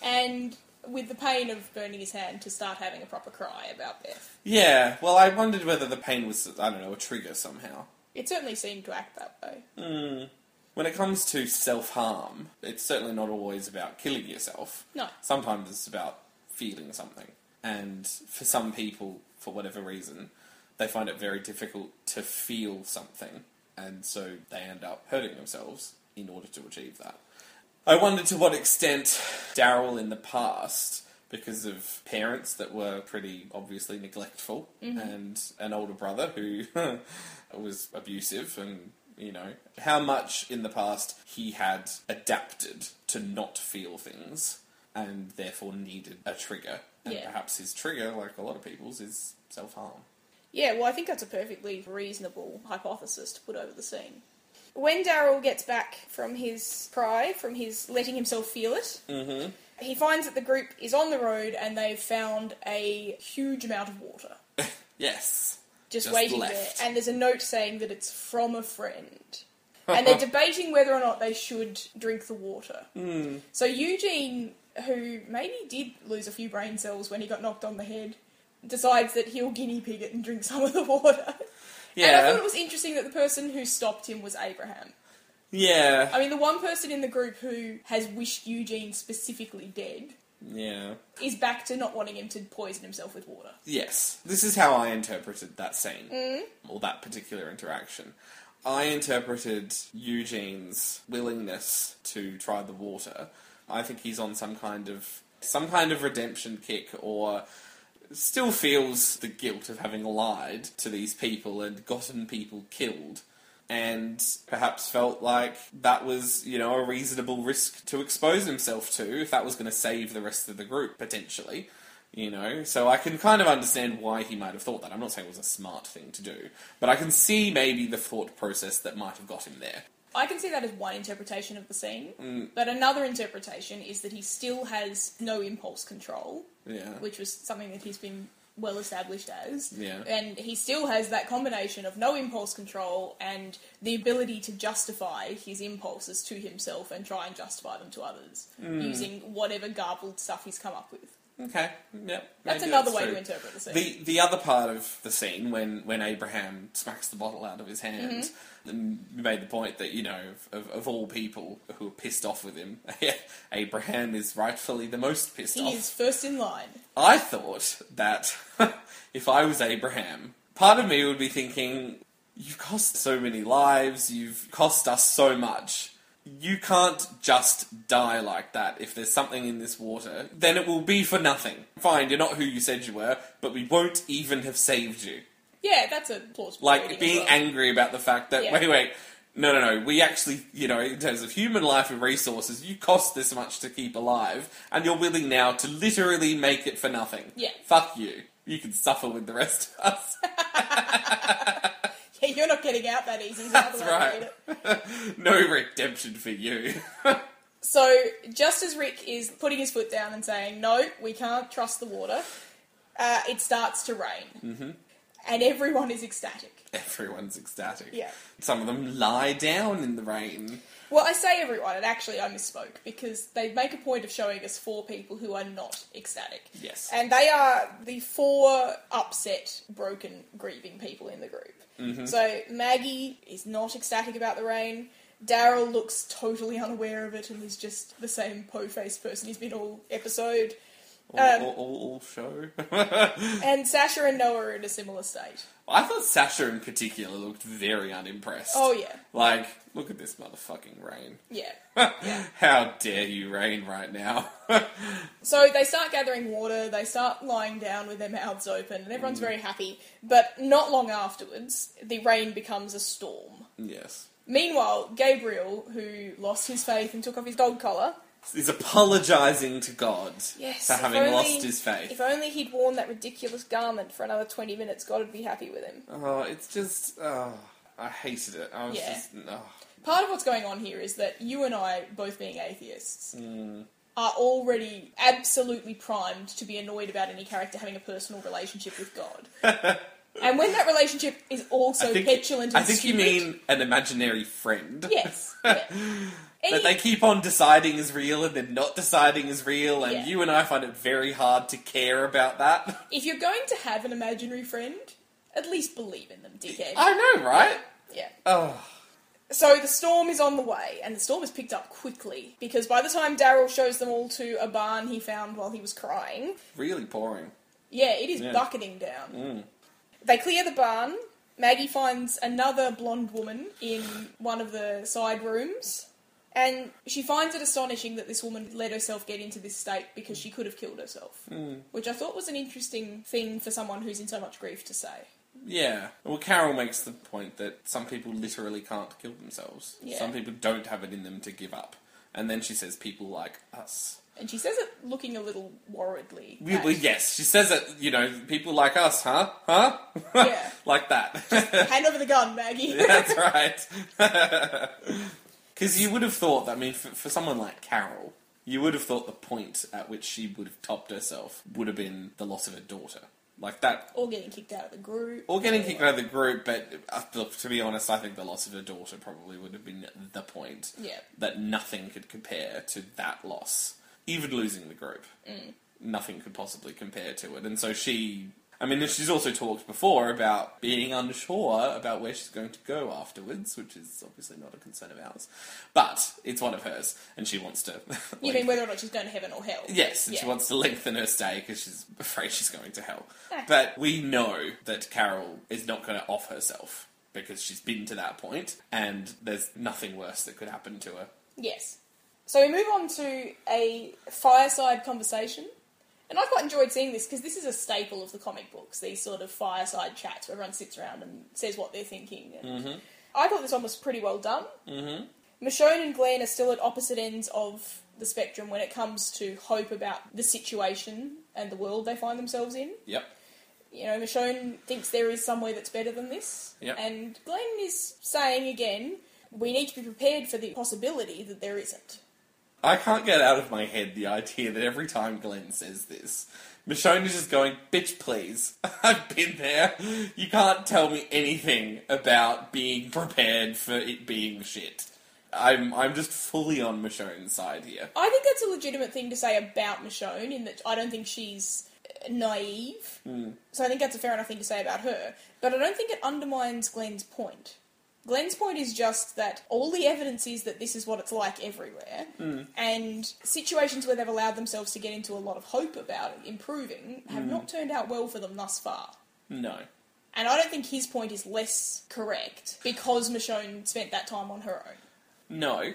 Speaker 2: and with the pain of burning his hand, to start having a proper cry about Beth.
Speaker 3: yeah, well, I wondered whether the pain was I don't know a trigger somehow.
Speaker 2: It certainly seemed to act that way.
Speaker 3: When it comes to self harm, it's certainly not always about killing yourself.
Speaker 2: No.
Speaker 3: Sometimes it's about feeling something. And for some people, for whatever reason, they find it very difficult to feel something. And so they end up hurting themselves in order to achieve that. I wonder to what extent Daryl in the past, because of parents that were pretty obviously neglectful
Speaker 2: Mm-hmm.
Speaker 3: and an older brother who was abusive and, you know, how much in the past he had adapted to not feel things and therefore needed a trigger. And
Speaker 2: Yeah.
Speaker 3: perhaps his trigger, like a lot of people's, is self harm.
Speaker 2: Yeah, well, I think that's a perfectly reasonable hypothesis to put over the scene. When Daryl gets back from his cry, from his letting himself feel it, he finds that the group is on the road and they've found a huge amount of water.
Speaker 3: Yes.
Speaker 2: just,
Speaker 3: Just
Speaker 2: waiting
Speaker 3: left.
Speaker 2: there. And there's a note saying that it's from a friend. and they're debating whether or not they should drink the water.
Speaker 3: Hmm.
Speaker 2: So Eugene, who maybe did lose a few brain cells when he got knocked on the head, decides that he'll guinea pig it and drink some of the water. And I
Speaker 3: Yeah.
Speaker 2: thought it was interesting that the person who stopped him was Abraham.
Speaker 3: yeah.
Speaker 2: I mean, the one person in the group who has wished Eugene specifically dead
Speaker 3: Yeah.
Speaker 2: is back to not wanting him to poison himself with water.
Speaker 3: Yes. This is how I interpreted that scene, or that particular interaction. I interpreted Eugene's willingness to try the water. I think he's on some kind of some kind of redemption kick or still feels the guilt of having lied to these people and gotten people killed and perhaps felt like that was, you know, a reasonable risk to expose himself to if that was going to save the rest of the group potentially. You know, so I can kind of understand why he might have thought that. I'm not saying it was a smart thing to do, but I can see maybe the thought process that might have got him there.
Speaker 2: I can see that as one interpretation of the scene,
Speaker 3: Mm.
Speaker 2: but another interpretation is that he still has no impulse control,
Speaker 3: Yeah.
Speaker 2: which was something that he's been well established as.
Speaker 3: Yeah.
Speaker 2: And he still has that combination of no impulse control and the ability to justify his impulses to himself and try and justify them to others
Speaker 3: Mm.
Speaker 2: using whatever garbled stuff he's come up with.
Speaker 3: Okay. Yep.
Speaker 2: That's
Speaker 3: maybe
Speaker 2: another way
Speaker 3: true.
Speaker 2: to interpret the scene.
Speaker 3: The the other part of the scene when when Abraham smacks the bottle out of his hand,
Speaker 2: Mm-hmm.
Speaker 3: and you made the point that you know of, of, of all people who are pissed off with him, Abraham is rightfully the most pissed
Speaker 2: he
Speaker 3: off.
Speaker 2: is first in line.
Speaker 3: I thought that if I was Abraham, part of me would be thinking, you've cost so many lives, you've cost us so much. You can't just die like that. If there's something in this water, then it will be for nothing. Fine, you're not who you said you were, but we won't even have saved you.
Speaker 2: Yeah, that's a plausible reading
Speaker 3: Like
Speaker 2: as
Speaker 3: being
Speaker 2: well.
Speaker 3: angry about the fact that
Speaker 2: Yeah.
Speaker 3: wait, wait, no, no, no. We actually, you know, in terms of human life and resources, you cost this much to keep alive, and you're willing now to literally make it for nothing.
Speaker 2: Yeah.
Speaker 3: Fuck you. You can suffer with the rest of us.
Speaker 2: Yeah, you're not getting out that easy. so
Speaker 3: That's
Speaker 2: otherwise I hate
Speaker 3: right.
Speaker 2: it.
Speaker 3: no redemption for you.
Speaker 2: So, just as Rick is putting his foot down and saying, No, we can't trust the water, uh, it starts to rain. Mm-hmm. And everyone is ecstatic.
Speaker 3: Everyone's ecstatic.
Speaker 2: Yeah.
Speaker 3: Some of them lie down in the rain.
Speaker 2: Well, I say everyone, and actually I misspoke because they make a point of showing us four people who are not ecstatic.
Speaker 3: Yes.
Speaker 2: And they are the four upset, broken, grieving people in the group. So Maggie is not ecstatic about the rain. Daryl looks totally unaware of it and is just the same po faced person he's been all episode.
Speaker 3: All,
Speaker 2: Um,
Speaker 3: all, all, all show.
Speaker 2: And Sasha and Noah are in a similar state.
Speaker 3: I thought Sasha in particular looked very unimpressed.
Speaker 2: Oh, yeah.
Speaker 3: Like, look at this motherfucking rain.
Speaker 2: Yeah.
Speaker 3: How dare you rain right now?
Speaker 2: So they start gathering water, they start lying down with their mouths open, and everyone's very happy. But not long afterwards, the rain becomes a storm.
Speaker 3: yes.
Speaker 2: Meanwhile, Gabriel, who lost his faith and took off his gold collar,
Speaker 3: He's apologising to God
Speaker 2: yes,
Speaker 3: for
Speaker 2: if
Speaker 3: having
Speaker 2: only-
Speaker 3: lost his faith.
Speaker 2: If only he'd worn that ridiculous garment for another 20 minutes, God would be happy with him.
Speaker 3: Oh, it's just. Oh, I hated it. I was
Speaker 2: Yeah.
Speaker 3: just. Oh.
Speaker 2: Part of what's going on here is that you and I, both being atheists,
Speaker 3: Mm.
Speaker 2: are already absolutely primed to be annoyed about any character having a personal relationship with God. and when that relationship is also
Speaker 3: I think,
Speaker 2: petulant and
Speaker 3: I think you
Speaker 2: stupid-
Speaker 3: mean an imaginary friend.
Speaker 2: Yes. yeah. Any-
Speaker 3: That they keep on deciding is real and then not deciding is real, and
Speaker 2: Yeah.
Speaker 3: you and I find it very hard to care about that.
Speaker 2: If you're going to have an imaginary friend, at least believe in them, dickhead.
Speaker 3: I know, right?
Speaker 2: yeah.
Speaker 3: Oh,
Speaker 2: So the storm is on the way, and the storm is picked up quickly because by the time Daryl shows them all to a barn he found while he was crying,
Speaker 3: really pouring.
Speaker 2: Yeah, it is
Speaker 3: Yeah. Mm.
Speaker 2: bucketing down. They clear the barn. Maggie finds another blonde woman in one of the side rooms. And she finds it astonishing that this woman let herself get into this state because she could have killed herself.
Speaker 3: Mm.
Speaker 2: Which I thought was an interesting thing for someone who's in so much grief to say.
Speaker 3: Yeah. Well, Carol makes the point that some people literally can't kill themselves.
Speaker 2: Yeah.
Speaker 3: Some people don't have it in them to give up. And then she says, people like us.
Speaker 2: And she says it looking a little worriedly.
Speaker 3: We-
Speaker 2: at-
Speaker 3: well, yes, she says it, you know, people like us, huh? Huh?
Speaker 2: Yeah.
Speaker 3: like that.
Speaker 2: Hand over the gun, Maggie.
Speaker 3: That's right. Because you would have thought, that, I mean, for, for someone like Carol, you would have thought the point at which she would have topped herself would have been the loss of her daughter. Like that
Speaker 2: Or getting kicked out of the group.
Speaker 3: or getting kicked out of the group, but uh, look, to be honest, I think the loss of a daughter probably would have been the point.
Speaker 2: Yeah.
Speaker 3: That nothing could compare to that loss. Even losing the group.
Speaker 2: Mm.
Speaker 3: Nothing could possibly compare to it. And so she. I mean, she's also talked before about being unsure about where she's going to go afterwards, which is obviously not a concern of ours. But it's one of hers, and she wants to.
Speaker 2: You
Speaker 3: like,
Speaker 2: mean whether or not she's going to heaven or hell?
Speaker 3: Yes, and she
Speaker 2: Yeah.
Speaker 3: wants to lengthen her stay because she's afraid she's going to hell.
Speaker 2: Ah.
Speaker 3: But we know that Carol is not going to off herself because she's been to that point, and there's nothing worse that could happen to her.
Speaker 2: Yes. So we move on to a fireside conversation. And I quite enjoyed seeing this because this is a staple of the comic books, these sort of fireside chats where everyone sits around and says what they're thinking. And I thought this one was pretty well done. Mm-hmm. Michonne and Glenn are still at opposite ends of the spectrum when it comes to hope about the situation and the world they find themselves in.
Speaker 3: Yep.
Speaker 2: You know, Michonne thinks there is some way that's better than this.
Speaker 3: Yep.
Speaker 2: And Glenn is saying again, we need to be prepared for the possibility that there isn't.
Speaker 3: I can't get out of my head the idea that every time Glenn says this, Michonne is just going, bitch, please. I've been there. You can't tell me anything about being prepared for it being shit. I'm, I'm just fully on Michonne's side here.
Speaker 2: I think that's a legitimate thing to say about Michonne in that I don't think she's uh, naive. So I think that's a fair enough thing to say about her. But I don't think it undermines Glenn's point. Glenn's point is just that all the evidence is that this is what it's like everywhere, and situations where they've allowed themselves to get into a lot of hope about it improving have not turned out well for them thus far.
Speaker 3: No.
Speaker 2: And I don't think his point is less correct because Michonne spent that time on her own.
Speaker 3: No.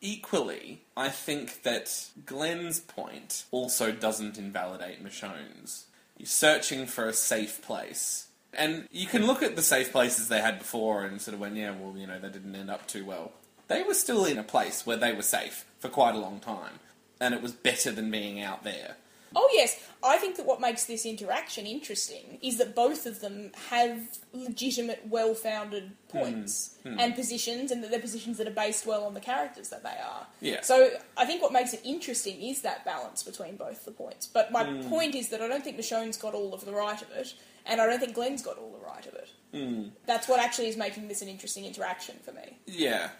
Speaker 3: Equally, I think that Glenn's point also doesn't invalidate Michonne's. You're searching for a safe place. And you can look at the safe places they had before and sort of went, yeah, well, you know, they didn't end up too well. They were still in a place where they were safe for quite a long time. And it was better than being out there.
Speaker 2: Oh, yes. I think that what makes this interaction interesting is that both of them have legitimate, well founded points and positions, and that they're positions that are based well on the characters that they are.
Speaker 3: Yeah.
Speaker 2: So I think what makes it interesting is that balance between both the points. But my point is that I don't think Michonne's got all of the right of it, and I don't think Glenn's got all the right of it. That's what actually is making this an interesting interaction for me.
Speaker 3: Yeah.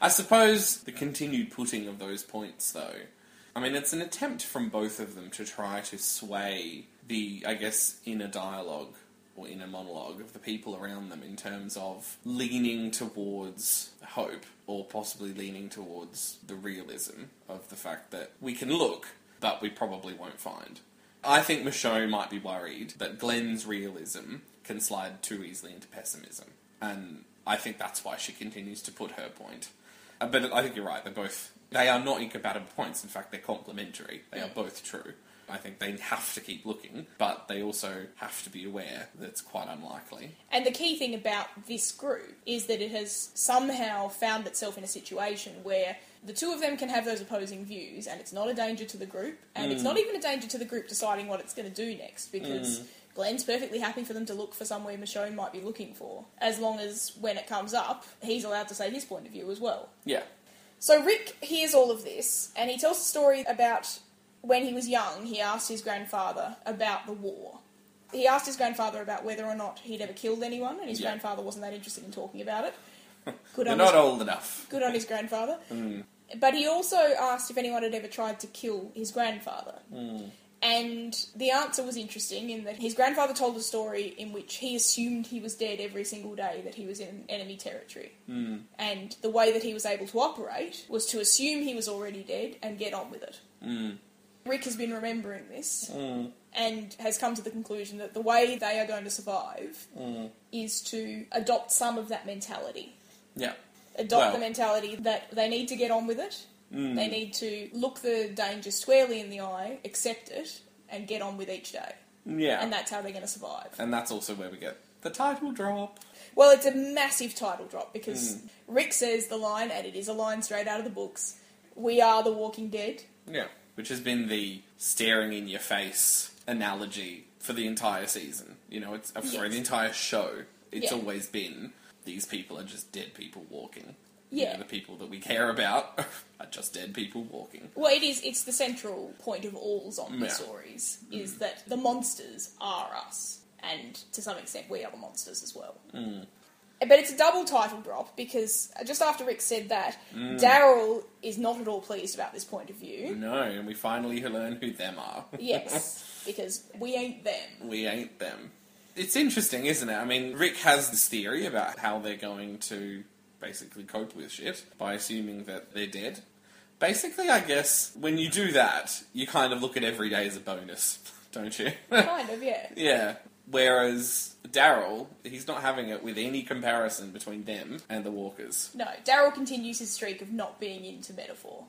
Speaker 3: I suppose the continued putting of those points, though, I mean, it's an attempt from both of them to try to sway the, I guess, inner dialogue or inner monologue of the people around them in terms of leaning towards hope or possibly leaning towards the realism of the fact that we can look, but we probably won't find. I think Michonne might be worried that Glenn's realism can slide too easily into pessimism. And I think that's why she continues to put her point. Uh, But I think you're right, they're both. They are not incompatible points. In fact, they're complementary. They are both true. I think they have to keep looking, but they also have to be aware that it's quite unlikely.
Speaker 2: And the key thing about this group is that it has somehow found itself in a situation where the two of them can have those opposing views, and it's not a danger to the group, and it's not even a danger to the group deciding what it's going to do next because. Glenn's perfectly happy for them to look for somewhere Michonne might be looking for, as long as when it comes up, he's allowed to say his point of view as well.
Speaker 3: Yeah.
Speaker 2: So Rick hears all of this, and he tells a story about when he was young, he asked his grandfather about the war. He asked his grandfather about whether or not he'd ever killed anyone, and his
Speaker 3: Yeah.
Speaker 2: grandfather wasn't that interested in talking about it. Good
Speaker 3: They're
Speaker 2: on,
Speaker 3: not
Speaker 2: his,
Speaker 3: old enough.
Speaker 2: good on his grandfather. But he also asked if anyone had ever tried to kill his grandfather. And the answer was interesting in that his grandfather told a story in which he assumed he was dead every single day that he was in enemy territory. Mm. And the way that he was able to operate was to assume he was already dead and get on with it. Rick has been remembering this and has come to the conclusion that the way they are going to survive is to adopt some of that mentality
Speaker 3: Yeah.
Speaker 2: adopt
Speaker 3: Well-
Speaker 2: the mentality that they need to get on with it. They need to look the danger squarely in the eye, accept it, and get on with each day.
Speaker 3: Yeah.
Speaker 2: And that's how they're going to survive.
Speaker 3: and that's also where we get the title drop.
Speaker 2: Well, it's a massive title drop because Rick says the line, and it is a line straight out of the books We are the Walking Dead.
Speaker 3: Yeah. Which has been the staring in your face analogy for the entire season. You know, it's I'm sorry,
Speaker 2: Yes.
Speaker 3: the entire show. It's
Speaker 2: Yeah.
Speaker 3: always been these people are just dead people walking. you know,
Speaker 2: Yeah.
Speaker 3: the people that we care about are just dead people walking.
Speaker 2: Well, it is. It's the central point of all zombie
Speaker 3: Yeah. Mm.
Speaker 2: stories is that the monsters are us, and to some extent, we are the monsters as well.
Speaker 3: Mm.
Speaker 2: But it's a double title drop because uh, just after Rick said that, Daryl is not at all pleased about this point of view.
Speaker 3: Mm. No, and we finally learn who them are.
Speaker 2: yes, because we ain't them.
Speaker 3: we ain't them. It's interesting, isn't it? I mean, Rick has this theory about how they're going to basically cope with shit by assuming that they're dead. Basically, I guess when you do that, you kind of look at every day as a bonus, don't you?
Speaker 2: Kind of, yeah.
Speaker 3: yeah. Whereas Daryl, he's not having it with any comparison between them and the walkers.
Speaker 2: No, Daryl continues his streak of not being into metaphor.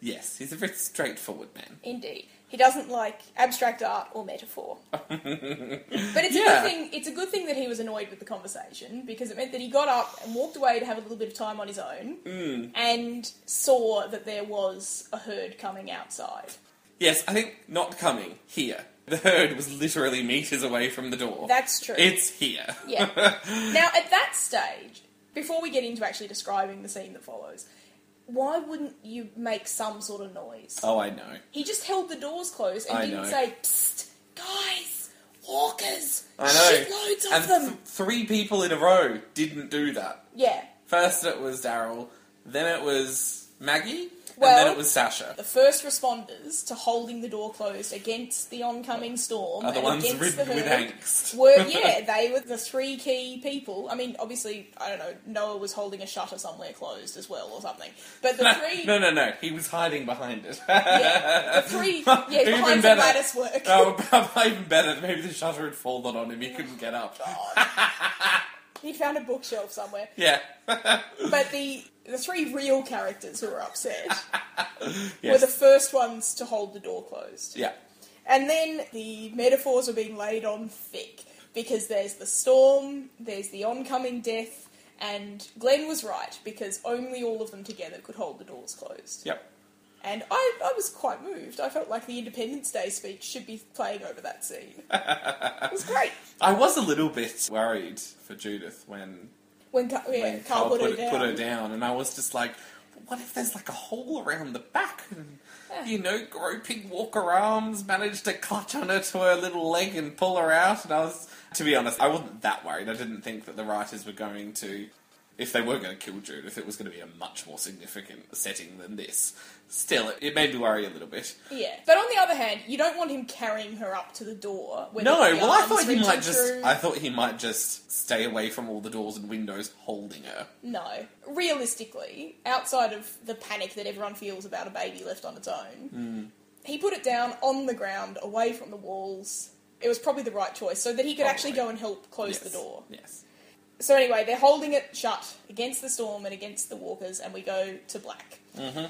Speaker 3: Yes, he's a very straightforward man.
Speaker 2: Indeed. He doesn't like abstract art or metaphor. but it's
Speaker 3: Yeah.
Speaker 2: a good thing it's a good thing that he was annoyed with the conversation because it meant that he got up and walked away to have a little bit of time on his own
Speaker 3: Mm.
Speaker 2: and saw that there was a herd coming outside.
Speaker 3: Yes, I think not coming here. The herd was literally meters away from the door.
Speaker 2: That's true.
Speaker 3: It's here.
Speaker 2: Yeah. now at that stage, before we get into actually describing the scene that follows, why wouldn't you make some sort of noise?
Speaker 3: Oh, I know.
Speaker 2: He just held the doors closed and
Speaker 3: I
Speaker 2: didn't
Speaker 3: know.
Speaker 2: say, Psst, guys, walkers,
Speaker 3: I know.
Speaker 2: shitloads of
Speaker 3: and
Speaker 2: them.
Speaker 3: th- three people in a row didn't do that.
Speaker 2: Yeah.
Speaker 3: First it was Daryl, then it was Maggie,
Speaker 2: Well-
Speaker 3: and then it was Sasha.
Speaker 2: The first responders to holding the door closed against the oncoming storm
Speaker 3: Are the
Speaker 2: and
Speaker 3: ones
Speaker 2: against
Speaker 3: ridden
Speaker 2: the herd
Speaker 3: with angst.
Speaker 2: were yeah, they were the three key people. I mean, obviously, I don't know, Noah was holding a shutter somewhere closed as well or something. But the three
Speaker 3: no, no, no. He was hiding behind it.
Speaker 2: yeah, the three yeah,
Speaker 3: Even
Speaker 2: behind the
Speaker 3: better.
Speaker 2: lattice work.
Speaker 3: oh, even better. Maybe the shutter had fallen on him. He couldn't get up.
Speaker 2: He found a bookshelf somewhere.
Speaker 3: Yeah.
Speaker 2: But the the three real characters who were upset
Speaker 3: Yes.
Speaker 2: were the first ones to hold the door closed.
Speaker 3: Yeah.
Speaker 2: And then the metaphors are being laid on thick because there's the storm, there's the oncoming death, and Glenn was right because only all of them together could hold the doors closed.
Speaker 3: Yep.
Speaker 2: And I, I was quite moved. I felt like the Independence Day speech should be playing over that scene. it was great.
Speaker 3: I was a little bit worried for Judith when
Speaker 2: When, Ca- yeah,
Speaker 3: when
Speaker 2: Carl, put, her
Speaker 3: it-
Speaker 2: down.
Speaker 3: put her down, and I was just like, what if there's like a hole around the back? And, You know, groping walker arms managed to clutch on her to her little leg and pull her out. And I was, to be honest, I wasn't that worried. I didn't think that the writers were going to, if they were going to kill Judith, it was going to be a much more significant setting than this. Still, it, it made me worry a little bit.
Speaker 2: Yeah. But on the other hand, you don't want him carrying her up to the door. When
Speaker 3: No,
Speaker 2: the
Speaker 3: well, I
Speaker 2: arms
Speaker 3: thought he
Speaker 2: reaching
Speaker 3: might just,
Speaker 2: through.
Speaker 3: I thought he might just stay away from all the doors and windows, holding her.
Speaker 2: No. Realistically, outside of the panic that everyone feels about a baby left on its own,
Speaker 3: Hmm.
Speaker 2: he put it down on the ground, away from the walls. It was probably the right choice so that he could actually
Speaker 3: Probably.
Speaker 2: go and help close the
Speaker 3: Yes.
Speaker 2: door.
Speaker 3: Yes.
Speaker 2: So, anyway, they're holding it shut against the storm and against the walkers, and we go to black. Mm-hmm.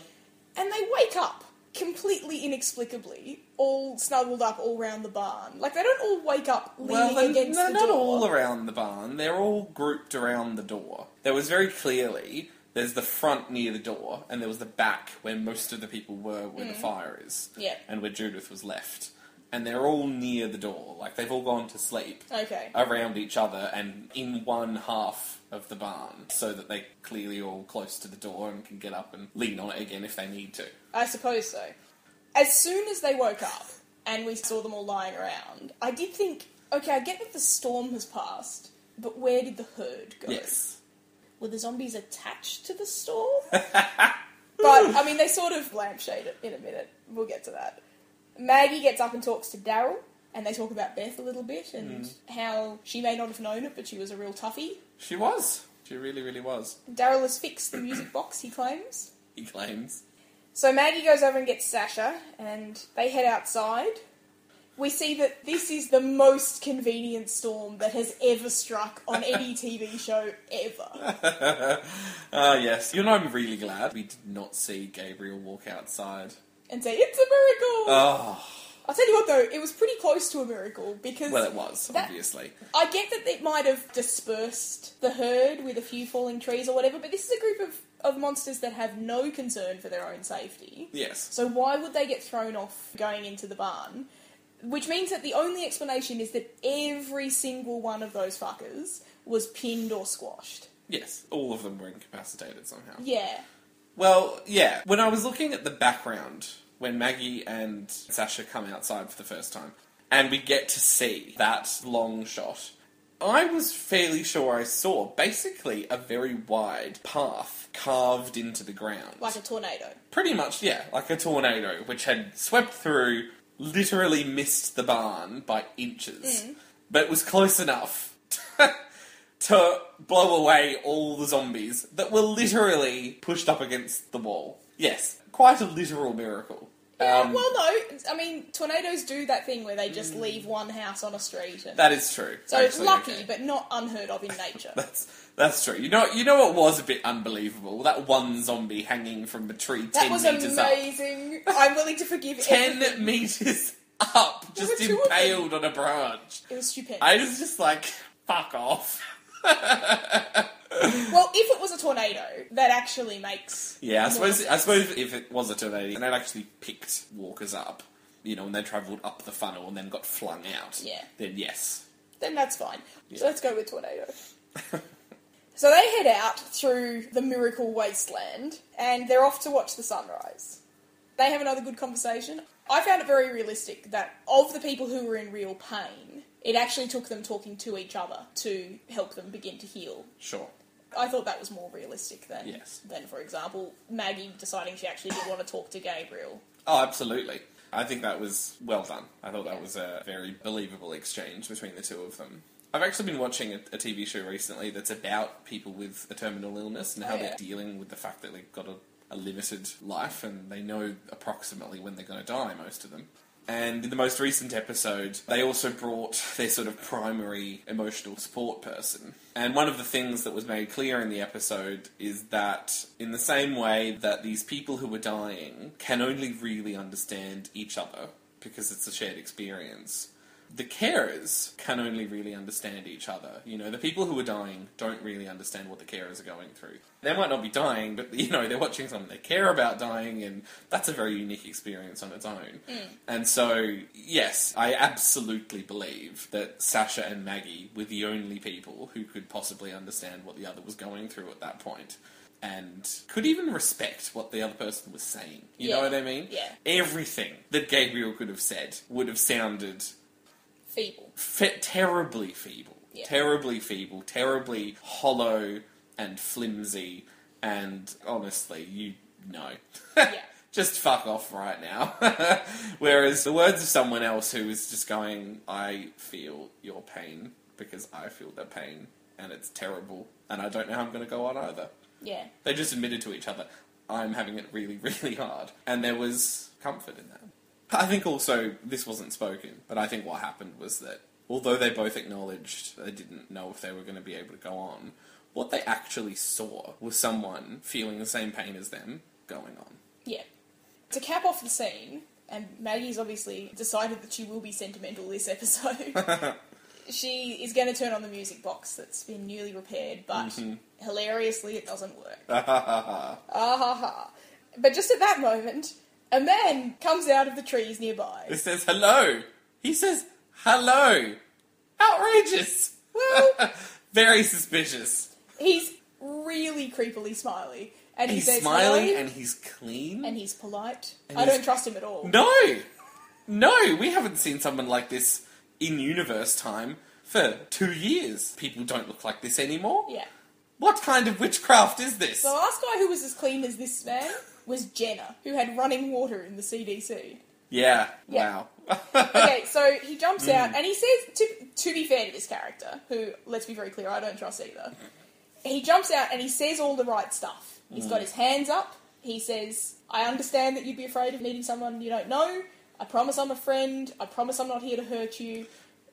Speaker 2: And they wake up completely inexplicably, all snuggled up all round the barn. Like, they don't all wake up leaning
Speaker 3: Well, they're,
Speaker 2: against
Speaker 3: they're
Speaker 2: the
Speaker 3: not
Speaker 2: door.
Speaker 3: all around the barn. They're all grouped around the door. There was very clearly there's the front near the door, and there was the back where most of the people were, where the fire is,
Speaker 2: Mm. Yeah.
Speaker 3: and where Judith was left. And they're all near the door, like they've all gone to sleep
Speaker 2: Okay.
Speaker 3: around each other and in one half of the barn, so that they're clearly all close to the door and can get up and lean on it again if they need to.
Speaker 2: I suppose so. As soon as they woke up and we saw them all lying around, I did think, okay, I get that the storm has passed, but where did the herd go?
Speaker 3: Yes.
Speaker 2: Were the zombies attached to the storm? but, I mean, they sort of lampshade it in a minute. We'll get to that. Maggie gets up and talks to Daryl, and they talk about Beth a little bit and how she may not have known it, but she was a real toughie.
Speaker 3: She was. She really, really was.
Speaker 2: Daryl has fixed the music box, he claims.
Speaker 3: He claims.
Speaker 2: So Maggie goes over and gets Sasha, and they head outside. We see that this is the most convenient storm that has ever struck on any TV show ever.
Speaker 3: Ah, yes. You know, I'm really glad we did not see Gabriel walk outside.
Speaker 2: And say, it's a miracle!
Speaker 3: Oh,
Speaker 2: I'll tell you what though, it was pretty close to a miracle because
Speaker 3: well, it was,
Speaker 2: That-
Speaker 3: obviously.
Speaker 2: I get that it might have dispersed the herd with a few falling trees or whatever, but this is a group of, of monsters that have no concern for their own safety.
Speaker 3: Yes.
Speaker 2: So why would they get thrown off going into the barn? Which means that the only explanation is that every single one of those fuckers was pinned or squashed.
Speaker 3: Yes, all of them were incapacitated somehow.
Speaker 2: Yeah.
Speaker 3: Well, yeah. When I was looking at the background, when Maggie and Sasha come outside for the first time, and we get to see that long shot, I was fairly sure I saw basically a very wide path carved into the ground.
Speaker 2: Like a tornado.
Speaker 3: Pretty much, yeah, like a tornado, which had swept through, literally missed the barn by inches,
Speaker 2: Mm.
Speaker 3: but was close enough to blow away all the zombies that were literally pushed up against the wall. Yes, quite a literal miracle.
Speaker 2: Yeah,
Speaker 3: Um, Mm.
Speaker 2: well, no. I mean, tornadoes do that thing where they just leave one house on a street. And,
Speaker 3: that is true.
Speaker 2: so
Speaker 3: actually,
Speaker 2: lucky,
Speaker 3: okay.
Speaker 2: but not unheard of in nature.
Speaker 3: That's that's true. You know, you know what was a bit unbelievable? That one zombie hanging from a tree
Speaker 2: that
Speaker 3: ten
Speaker 2: was
Speaker 3: meters up.
Speaker 2: amazing. I'm willing to forgive everything.
Speaker 3: Ten meters up,
Speaker 2: There
Speaker 3: just
Speaker 2: were two of them.
Speaker 3: impaled on a branch.
Speaker 2: It was stupendous.
Speaker 3: I was just like, fuck off.
Speaker 2: Well, if it was a tornado, that actually makes.
Speaker 3: Yeah, I
Speaker 2: more
Speaker 3: suppose I
Speaker 2: sense.
Speaker 3: suppose if it was a tornado and they'd actually picked walkers up, you know, and they travelled up the funnel and then got flung out.
Speaker 2: Yeah.
Speaker 3: Then yes.
Speaker 2: Then that's fine. So
Speaker 3: Yeah.
Speaker 2: let's go with tornado. so they head out through the miracle wasteland, and they're off to watch the sunrise. They have another good conversation. I found it very realistic that of the people who were in real pain, it actually took them talking to each other to help them begin to heal.
Speaker 3: Sure.
Speaker 2: I thought that was more realistic than,
Speaker 3: Yes.
Speaker 2: than for example, Maggie deciding she actually did want to talk to Gabriel.
Speaker 3: Oh, absolutely. I think that was well done. I thought that was a very believable exchange between the two of them. I've actually been watching a, a TV show recently that's about people with a terminal illness and how
Speaker 2: Oh, yeah.
Speaker 3: they're dealing with the fact that they've got a, a limited life and they know approximately when they're going to die, most of them. And in the most recent episode, they also brought their sort of primary emotional support person. And one of the things that was made clear in the episode is that, in the same way that these people who are dying can only really understand each other because it's a shared experience, the carers can only really understand each other. You know, the people who are dying don't really understand what the carers are going through. They might not be dying, but you know, they're watching someone they care about dying, and that's a very unique experience on its own.
Speaker 2: Hmm.
Speaker 3: And so, yes, I absolutely believe that Sasha and Maggie were the only people who could possibly understand what the other was going through at that point. And could even respect what the other person was saying. You
Speaker 2: Yeah.
Speaker 3: know what I mean?
Speaker 2: Yeah.
Speaker 3: Everything that Gabriel could have said would have sounded
Speaker 2: Feeble.
Speaker 3: fe- terribly feeble,
Speaker 2: Yeah.
Speaker 3: terribly feeble, terribly hollow and flimsy. And honestly, you know,
Speaker 2: Yeah.
Speaker 3: just fuck off right now. Whereas the words of someone else who is just going, "I feel your pain because I feel the pain, and it's terrible, and I don't know how I'm going to go on either."
Speaker 2: Yeah.
Speaker 3: They just admitted to each other, I'm having it really, really hard. And there was comfort in that. I think also, this wasn't spoken, but I think what happened was that although they both acknowledged they didn't know if they were going to be able to go on, what they actually saw was someone feeling the same pain as them going on.
Speaker 2: Yeah. To cap off the scene, and Maggie's obviously decided that she will be sentimental this episode, she is going to turn on the music box that's been newly repaired, but
Speaker 3: Mm-hmm.
Speaker 2: hilariously it doesn't work. Ah ha ha. But just at that moment, a man comes out of the trees nearby.
Speaker 3: It says hello! He says hello! Outrageous!
Speaker 2: Well,
Speaker 3: Very suspicious.
Speaker 2: he's really creepily smiley. And he
Speaker 3: He's
Speaker 2: says
Speaker 3: smiling
Speaker 2: hello,
Speaker 3: and he's clean.
Speaker 2: and he's polite.
Speaker 3: and
Speaker 2: I
Speaker 3: he's-
Speaker 2: don't trust him at all.
Speaker 3: No! No, we haven't seen someone like this in universe time for two years. People don't look like this anymore.
Speaker 2: Yeah.
Speaker 3: What kind of witchcraft is this?
Speaker 2: The last guy who was as clean as this man was Jenna, who had running water in the CDC.
Speaker 3: yeah,
Speaker 2: Yeah.
Speaker 3: wow.
Speaker 2: Okay, so he jumps out and he says, to, to be fair to this character, who, let's be very clear, I don't trust either, he jumps out and he says all the right stuff. He's got his hands up. He says, I understand that you'd be afraid of meeting someone you don't know. I promise I'm a friend. I promise I'm not here to hurt you.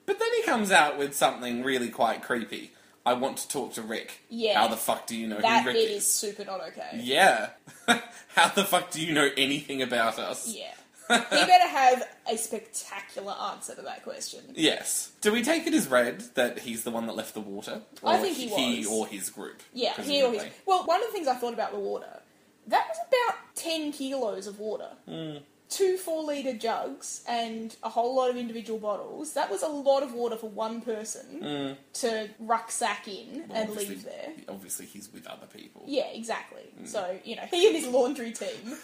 Speaker 3: but then he comes out with something really quite creepy. I want to talk to Rick.
Speaker 2: Yeah.
Speaker 3: How the fuck do you know
Speaker 2: That
Speaker 3: who Rick
Speaker 2: bit is super not okay.
Speaker 3: Yeah. How the fuck do you know anything about us?
Speaker 2: Yeah. he better have a spectacular answer to that question.
Speaker 3: Yes. Do we take it as read that he's the one that left the water?
Speaker 2: I think he was.
Speaker 3: or his group.
Speaker 2: Yeah, he always.
Speaker 3: presumably. Hmm.
Speaker 2: Well, one of the things I thought about the water, that was about 10 kilos of water. two four litre jugs and a whole lot of individual bottles, that was a lot of water for one person to rucksack in
Speaker 3: Hmm. Well,
Speaker 2: and
Speaker 3: obviously- Hmm.
Speaker 2: leave there.
Speaker 3: Obviously, he's with other people.
Speaker 2: Yeah, exactly. So, you know, he and his laundry team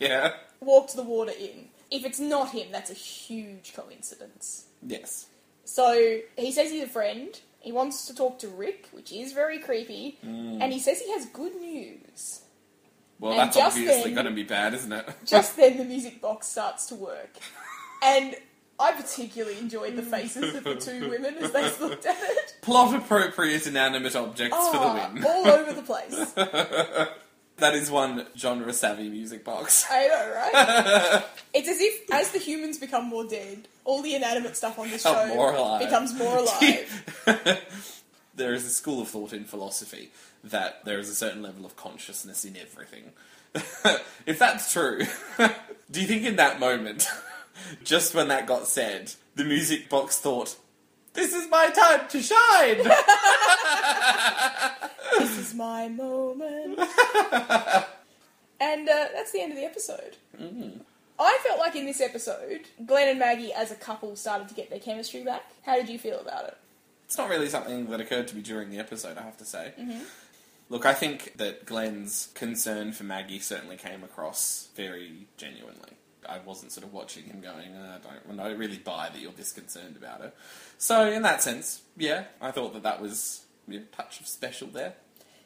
Speaker 3: Yeah.
Speaker 2: walked the water in. If it's not him, that's a huge coincidence.
Speaker 3: Yes.
Speaker 2: So he says he's a friend. He wants to talk to Rick, which is very creepy.
Speaker 3: Hmm.
Speaker 2: And he says he has good news.
Speaker 3: Well,
Speaker 2: And
Speaker 3: that's
Speaker 2: just
Speaker 3: obviously
Speaker 2: then-
Speaker 3: going to be bad, isn't it?
Speaker 2: Just then, the music box starts to work. And I particularly enjoyed the faces of the two women as they looked at it.
Speaker 3: Plot appropriate inanimate objects
Speaker 2: Ah,
Speaker 3: for the win.
Speaker 2: all over the place.
Speaker 3: That is one genre savvy music box.
Speaker 2: I know, right? it's as if as the humans become more dead, all the inanimate stuff on this
Speaker 3: Become
Speaker 2: show
Speaker 3: more alive.
Speaker 2: becomes more alive.
Speaker 3: there is a school of thought in philosophy that there is a certain level of consciousness in everything. if that's true, do you think in that moment, just when that got said, the music box thought, this is my time to shine!
Speaker 2: this is my moment. and uh, that's the end of the episode.
Speaker 3: Mm.
Speaker 2: I felt like in this episode, Glenn and Maggie as a couple started to get their chemistry back. How did you feel about it?
Speaker 3: It's not really something that occurred to me during the episode, I have to say. Look, I think that Glenn's concern for Maggie certainly came across very genuinely. I wasn't sort of watching him going, "Uh, I don't, I don't really buy that you're this concerned about her. So, in that sense, yeah, I thought that that was a touch of special there.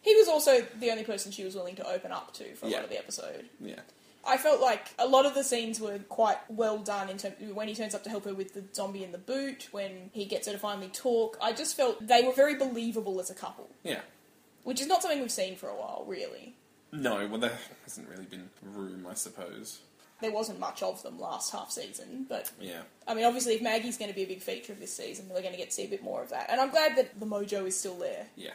Speaker 2: He was also the only person she was willing to open up to for a
Speaker 3: Yeah.
Speaker 2: lot of the episode.
Speaker 3: Yeah.
Speaker 2: I felt like a lot of the scenes were quite well done in terms when he turns up to help her with the zombie in the boot, when he gets her to finally talk. I just felt they were very believable as a couple,
Speaker 3: Yeah.
Speaker 2: which is not something we've seen for a while, really.
Speaker 3: No, well, there hasn't really been room, I suppose.
Speaker 2: There wasn't much of them last half season, but
Speaker 3: Yeah.
Speaker 2: I mean, obviously, if Maggie's going to be a big feature of this season, we're going to get to see a bit more of that. And I'm glad that the mojo is still there.
Speaker 3: Yeah.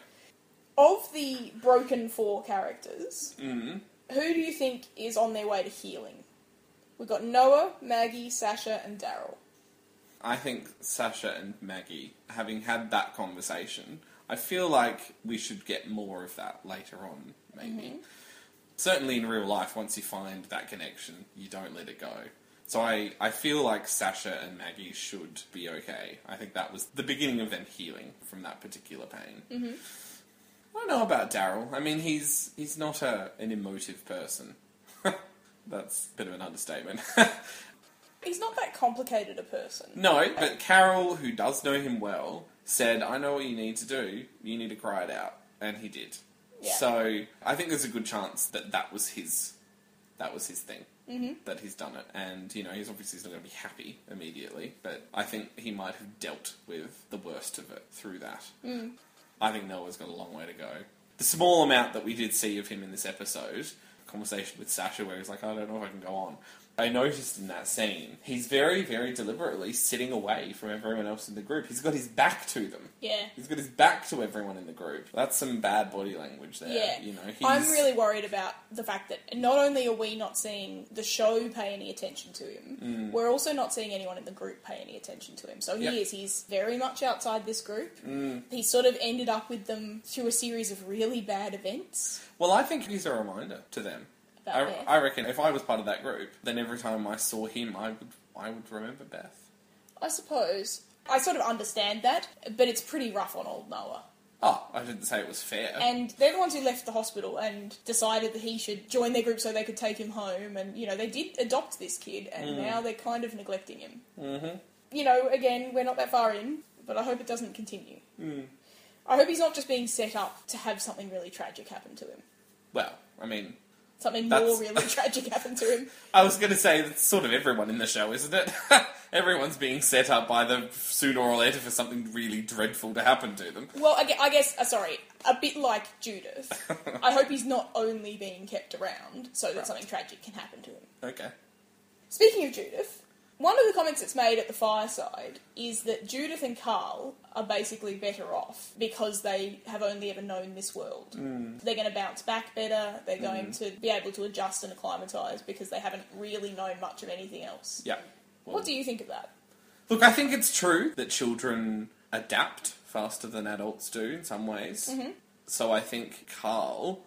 Speaker 2: Of the broken four characters,
Speaker 3: Mm.
Speaker 2: who do you think is on their way to healing? We've got Noah, Maggie, Sasha, and Daryl.
Speaker 3: I think Sasha and Maggie, having had that conversation, I feel like we should get more of that later on, maybe. Certainly in real life, once you find that connection, you don't let it go. So I, I feel like Sasha and Maggie should be okay. I think that was the beginning of them healing from that particular pain. Mm-hmm. I don't know about Daryl. I mean, he's he's not a an emotive person. That's a bit of an understatement.
Speaker 2: He's not that complicated a person.
Speaker 3: No, but Carol, who does know him well, said, I know what you need to do. You need to cry it out. And he did.
Speaker 2: Yeah.
Speaker 3: So I think there's a good chance that that was his, that was his thing. Mm-hmm. That he's done it. And, you know, he's obviously not going to be happy immediately. But I think he might have dealt with the worst of it through that. I think Noah's got a long way to go. The small amount that we did see of him in this episode, conversation with Sasha, where he's like, I don't know if I can go on. I noticed in that scene, he's very, very deliberately sitting away from everyone else in the group. He's got his back to them.
Speaker 2: Yeah.
Speaker 3: He's got his back to everyone in the group. That's some bad body language there.
Speaker 2: Yeah.
Speaker 3: uh, You know, he's,
Speaker 2: I'm really worried about the fact that not only are we not seeing the show pay any attention to him, we're also not seeing anyone in the group pay any attention to him. So he
Speaker 3: Mm. Yep. Mm.
Speaker 2: is, he's very much outside this group. He sort of ended up with them through a series of really bad events.
Speaker 3: Well, I think he's a reminder to them.
Speaker 2: About
Speaker 3: I,
Speaker 2: Beth.
Speaker 3: I reckon if I was part of that group, then every time I saw him, I would, I would remember Beth.
Speaker 2: I suppose. I sort of understand that, but it's pretty rough on old Noah.
Speaker 3: Oh, I didn't say it was fair.
Speaker 2: And they're the ones who left the hospital and decided that he should join their group so they could take him home. And, you know, they did adopt this kid, and now they're kind of neglecting him. Mm-hmm. You know, again, we're not that far in, but I hope it doesn't continue. I hope he's not just being set up to have something really tragic happen to him.
Speaker 3: well, I mean,
Speaker 2: Something more
Speaker 3: That's-
Speaker 2: really tragic happen to him.
Speaker 3: I was going to say that's sort of everyone in the show, isn't it? Everyone's being set up either sooner or later for something really dreadful to happen to them.
Speaker 2: Well, I gue- I guess, uh, sorry, a bit like Judith. I hope he's not only being kept around so that
Speaker 3: Right.
Speaker 2: something tragic can happen to him.
Speaker 3: Okay.
Speaker 2: Speaking of Judith, one of the comments that's made at the fireside is that Judith and Carl are basically better off because they have only ever known this world.
Speaker 3: Hmm.
Speaker 2: They're going to bounce back better, they're going to be able to adjust and acclimatise because they haven't really known much of anything else.
Speaker 3: Yeah. Well,
Speaker 2: What do you think of that?
Speaker 3: Look, I think it's true that children adapt faster than adults do in some ways. So I think Carl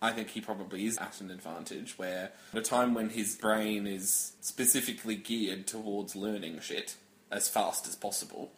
Speaker 3: I think he probably is at an advantage where, at a time when his brain is specifically geared towards learning shit as fast as possible,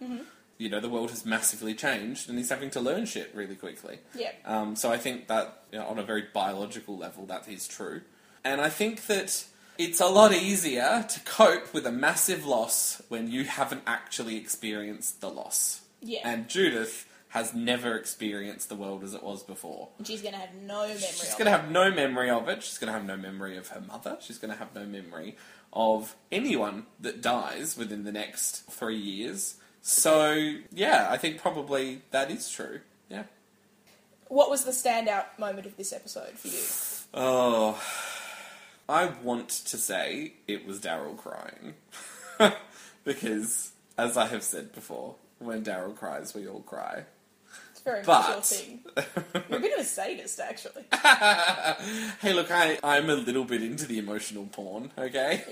Speaker 3: you know, the world has massively changed and he's having to learn shit really quickly.
Speaker 2: Yep.
Speaker 3: Um, so I think that you know, on a very biological level, that is true. And I think that it's a lot easier to cope with a massive loss when you haven't actually experienced the loss.
Speaker 2: Yeah.
Speaker 3: And Judith has never experienced the world as it was before.
Speaker 2: She's going to have no memory
Speaker 3: She's
Speaker 2: of
Speaker 3: going to have no memory of it. She's going to have no memory of her mother. She's going to have no memory of anyone that dies within the next three years. So, yeah, I think probably that is true. Yeah.
Speaker 2: it. What was the standout moment of this episode for you?
Speaker 3: Oh, I want to say it was Daryl crying. because, as I have said before, when Daryl cries, we all cry.
Speaker 2: It's very much your
Speaker 3: But-
Speaker 2: thing. You're a bit of a sadist, actually.
Speaker 3: Hey, look, I, I'm a little bit into the emotional porn, okay?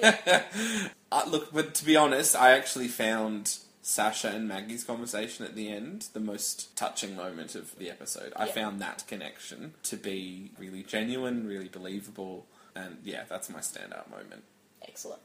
Speaker 3: uh, look, but to be honest, I actually found Sasha and Maggie's conversation at the end the most touching moment of the episode. I
Speaker 2: Yeah.
Speaker 3: found that connection to be really genuine, really believable, and yeah, that's my standout moment.
Speaker 2: Excellent.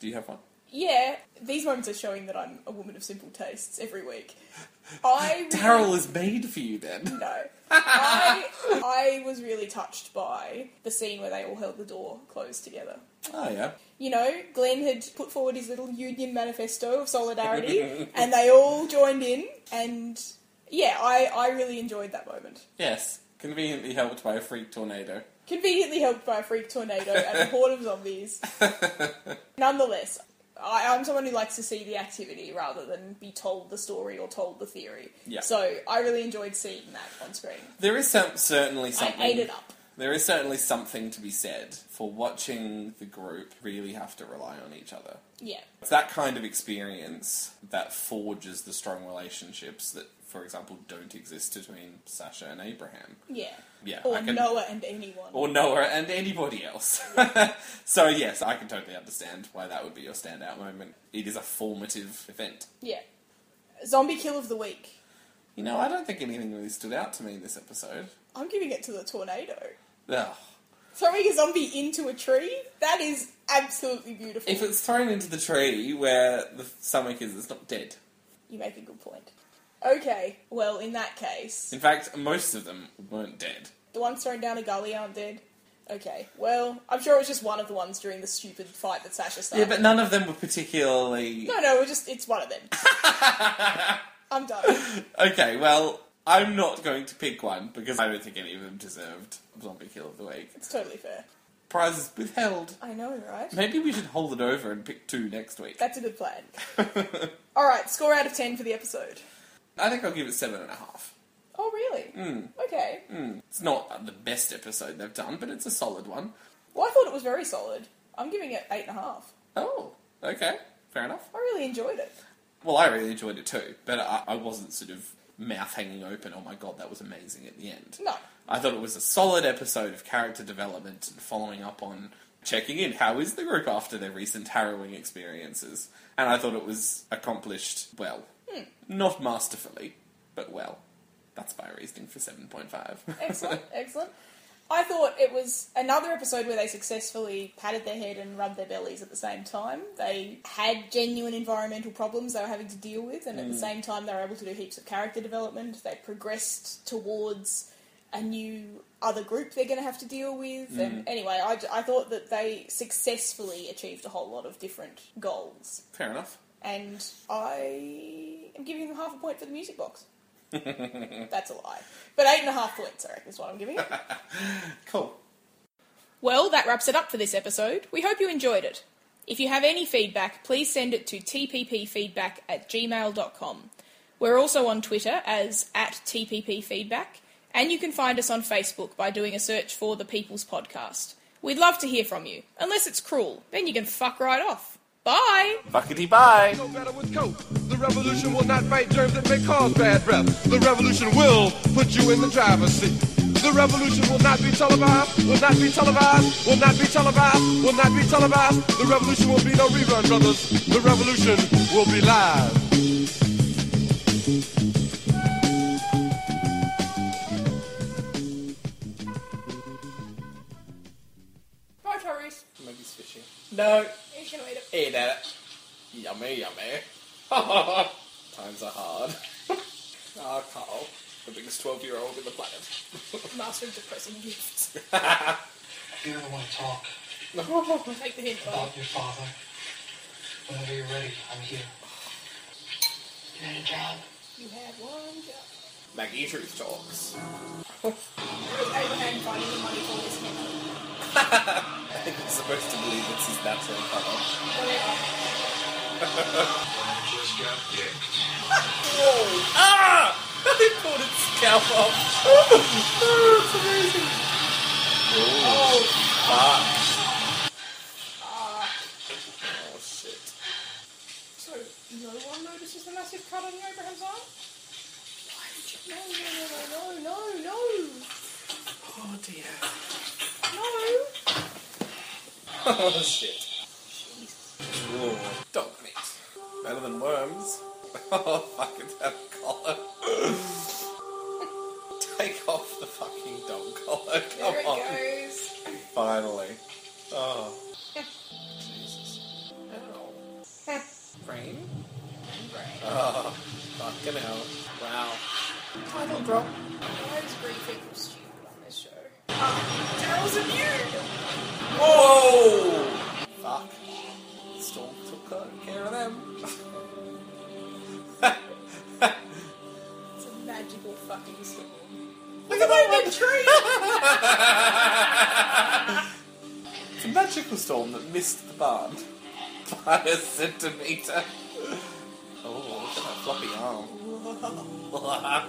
Speaker 3: Do you have one?
Speaker 2: Yeah, these moments are showing that I'm a woman of simple tastes every week. I really-
Speaker 3: Daryl is made for you then.
Speaker 2: No. I, I was really touched by the scene where they all held the door closed together.
Speaker 3: Oh, yeah.
Speaker 2: You know, Glenn had put forward his little union manifesto of solidarity, and they all joined in. And yeah, I, I really enjoyed that moment.
Speaker 3: Yes. Conveniently helped by a freak tornado.
Speaker 2: Conveniently helped by a freak tornado and a horde of zombies. Nonetheless, I, I'm someone who likes to see the activity rather than be told the story or told the theory.
Speaker 3: Yeah.
Speaker 2: So I really enjoyed seeing that on screen.
Speaker 3: There is some, certainly something.
Speaker 2: I ate it up.
Speaker 3: There is certainly something to be said for watching the group really have to rely on each other.
Speaker 2: Yeah.
Speaker 3: It's that kind of experience that forges the strong relationships that, for example, don't exist between Sasha and Abraham.
Speaker 2: Yeah.
Speaker 3: Yeah,
Speaker 2: Or
Speaker 3: I can-
Speaker 2: Noah and anyone.
Speaker 3: Or Noah and anybody else. so, yes, I can totally understand why that would be your standout moment. It is a formative event.
Speaker 2: yeah. Zombie kill of the week.
Speaker 3: You know, I don't think anything really stood out to me this episode.
Speaker 2: I'm giving it to the tornado.
Speaker 3: Ugh.
Speaker 2: Throwing a zombie into a tree? That is absolutely beautiful.
Speaker 3: If it's thrown into the tree where the stomach is, it's not dead.
Speaker 2: You make a good point. Okay, well, in that case,
Speaker 3: In fact, most of them weren't dead.
Speaker 2: the ones thrown down a gully aren't dead. Okay, well, I'm sure it was just one of the ones during the stupid fight that Sasha
Speaker 3: Yeah,
Speaker 2: started.
Speaker 3: but none of them were particularly.
Speaker 2: No, no, we're just, it's one of them. I'm done.
Speaker 3: Okay, well, I'm not going to pick one because I don't think any of them deserved Zombie Kill of the Week.
Speaker 2: It's totally fair.
Speaker 3: Prize is withheld.
Speaker 2: I know, right?
Speaker 3: Maybe we should hold it over and pick two next week.
Speaker 2: That's a good plan. Alright, score out of 10 for the episode.
Speaker 3: I think I'll give it seven and a half.
Speaker 2: Oh, really?
Speaker 3: Hmm.
Speaker 2: Okay.
Speaker 3: It's not the best episode they've done, but it's a solid one.
Speaker 2: Well, I thought it was very solid. I'm giving it eight and a half.
Speaker 3: Oh, okay, fair enough.
Speaker 2: I really enjoyed it.
Speaker 3: Well, I really enjoyed it too, but I, I wasn't sort of mouth hanging open. Oh my god, that was amazing at the end.
Speaker 2: No.
Speaker 3: I thought it was a solid episode of character development and following up on checking in. How is the group after their recent harrowing experiences? And I thought it was accomplished well.
Speaker 2: Hmm.
Speaker 3: Not masterfully, but well. That's my reasoning for 7.5.
Speaker 2: Excellent, excellent. I thought it was another episode where they successfully patted their head and rubbed their bellies at the same time. They had genuine environmental problems they were having to deal with, and at the same time, they were able to do heaps of character development. They progressed towards a new other group they're going to have to deal with. And anyway, I, j- I thought that they successfully achieved a whole lot of different goals.
Speaker 3: Fair enough.
Speaker 2: and I am giving them half a point for the music box. That's a lie. But eight and a half points, I reckon, is what I'm giving it.
Speaker 3: Cool.
Speaker 2: well, that wraps it up for this episode. We hope you enjoyed it. If you have any feedback, please send it to tppfeedback at gmail.com. We're also on Twitter as at tppfeedback, and you can find us on Facebook by doing a search for The People's Podcast. We'd love to hear from you, unless it's cruel, then you can fuck right off. Bye!
Speaker 3: Buckety bye!
Speaker 1: No better with coke. The revolution will not fight germs that may cause bad breath. The revolution will put you in the driver's seat. The revolution will not be televised, will not be televised, will not be televised, will not be televised. The revolution will be no rerun, brothers. The revolution will be live.
Speaker 3: No,
Speaker 2: You can wait.
Speaker 3: eat it. Yummy, yummy. Times are hard. Ah, Carl, the biggest 12 year old in the planet.
Speaker 2: a Master of depressing gifts.
Speaker 4: You're the one to talk
Speaker 2: Take the hint, bud.
Speaker 4: about your father. Whenever you're ready, I'm here. You need a job?
Speaker 2: You had one job.
Speaker 3: Maggie Truth Talks.
Speaker 2: Where's Abraham finding the money for this hint?
Speaker 3: I think it's supposed to believe it's his natural colour.
Speaker 2: Whatever.
Speaker 4: I just got dick.
Speaker 3: Whoa! Ah! He pulled its scalp off. oh, that's amazing. Oh, fuck. Ah. Oh, shit.
Speaker 2: So, no one notices the massive cut on Abraham's arm? Why did you- No, no, no, no, no, no, no.
Speaker 3: Oh, dear.
Speaker 2: No.
Speaker 3: Oh, shit.
Speaker 2: Jesus.
Speaker 3: Whoa. Dog meat. Better than worms. Oh, fuck, it's out of collar. Take off the fucking dog collar. Come
Speaker 2: There it
Speaker 3: on.
Speaker 2: goes.
Speaker 3: Finally. Oh. Jesus. Ow. Brain?
Speaker 2: Right.
Speaker 3: Oh, fucking hell. Wow. Title drop.
Speaker 2: Why is grief equal stupid on this show? Ah, Daryl's immune!
Speaker 3: Whoa! Fuck. Storm took ca- care of them.
Speaker 2: It's a magical fucking storm.
Speaker 3: Look at that one it's a magical storm that missed the barn by a centimetre. Oh, look at that floppy arm.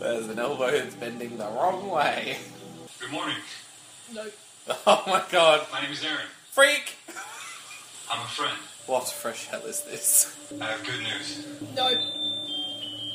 Speaker 3: There's an elbow that's bending the wrong way.
Speaker 5: Good morning.
Speaker 2: Nope.
Speaker 3: Oh my god.
Speaker 5: My name is Aaron.
Speaker 3: Freak!
Speaker 5: I'm a friend.
Speaker 3: What fresh hell is this?
Speaker 5: I have good news.
Speaker 2: Nope.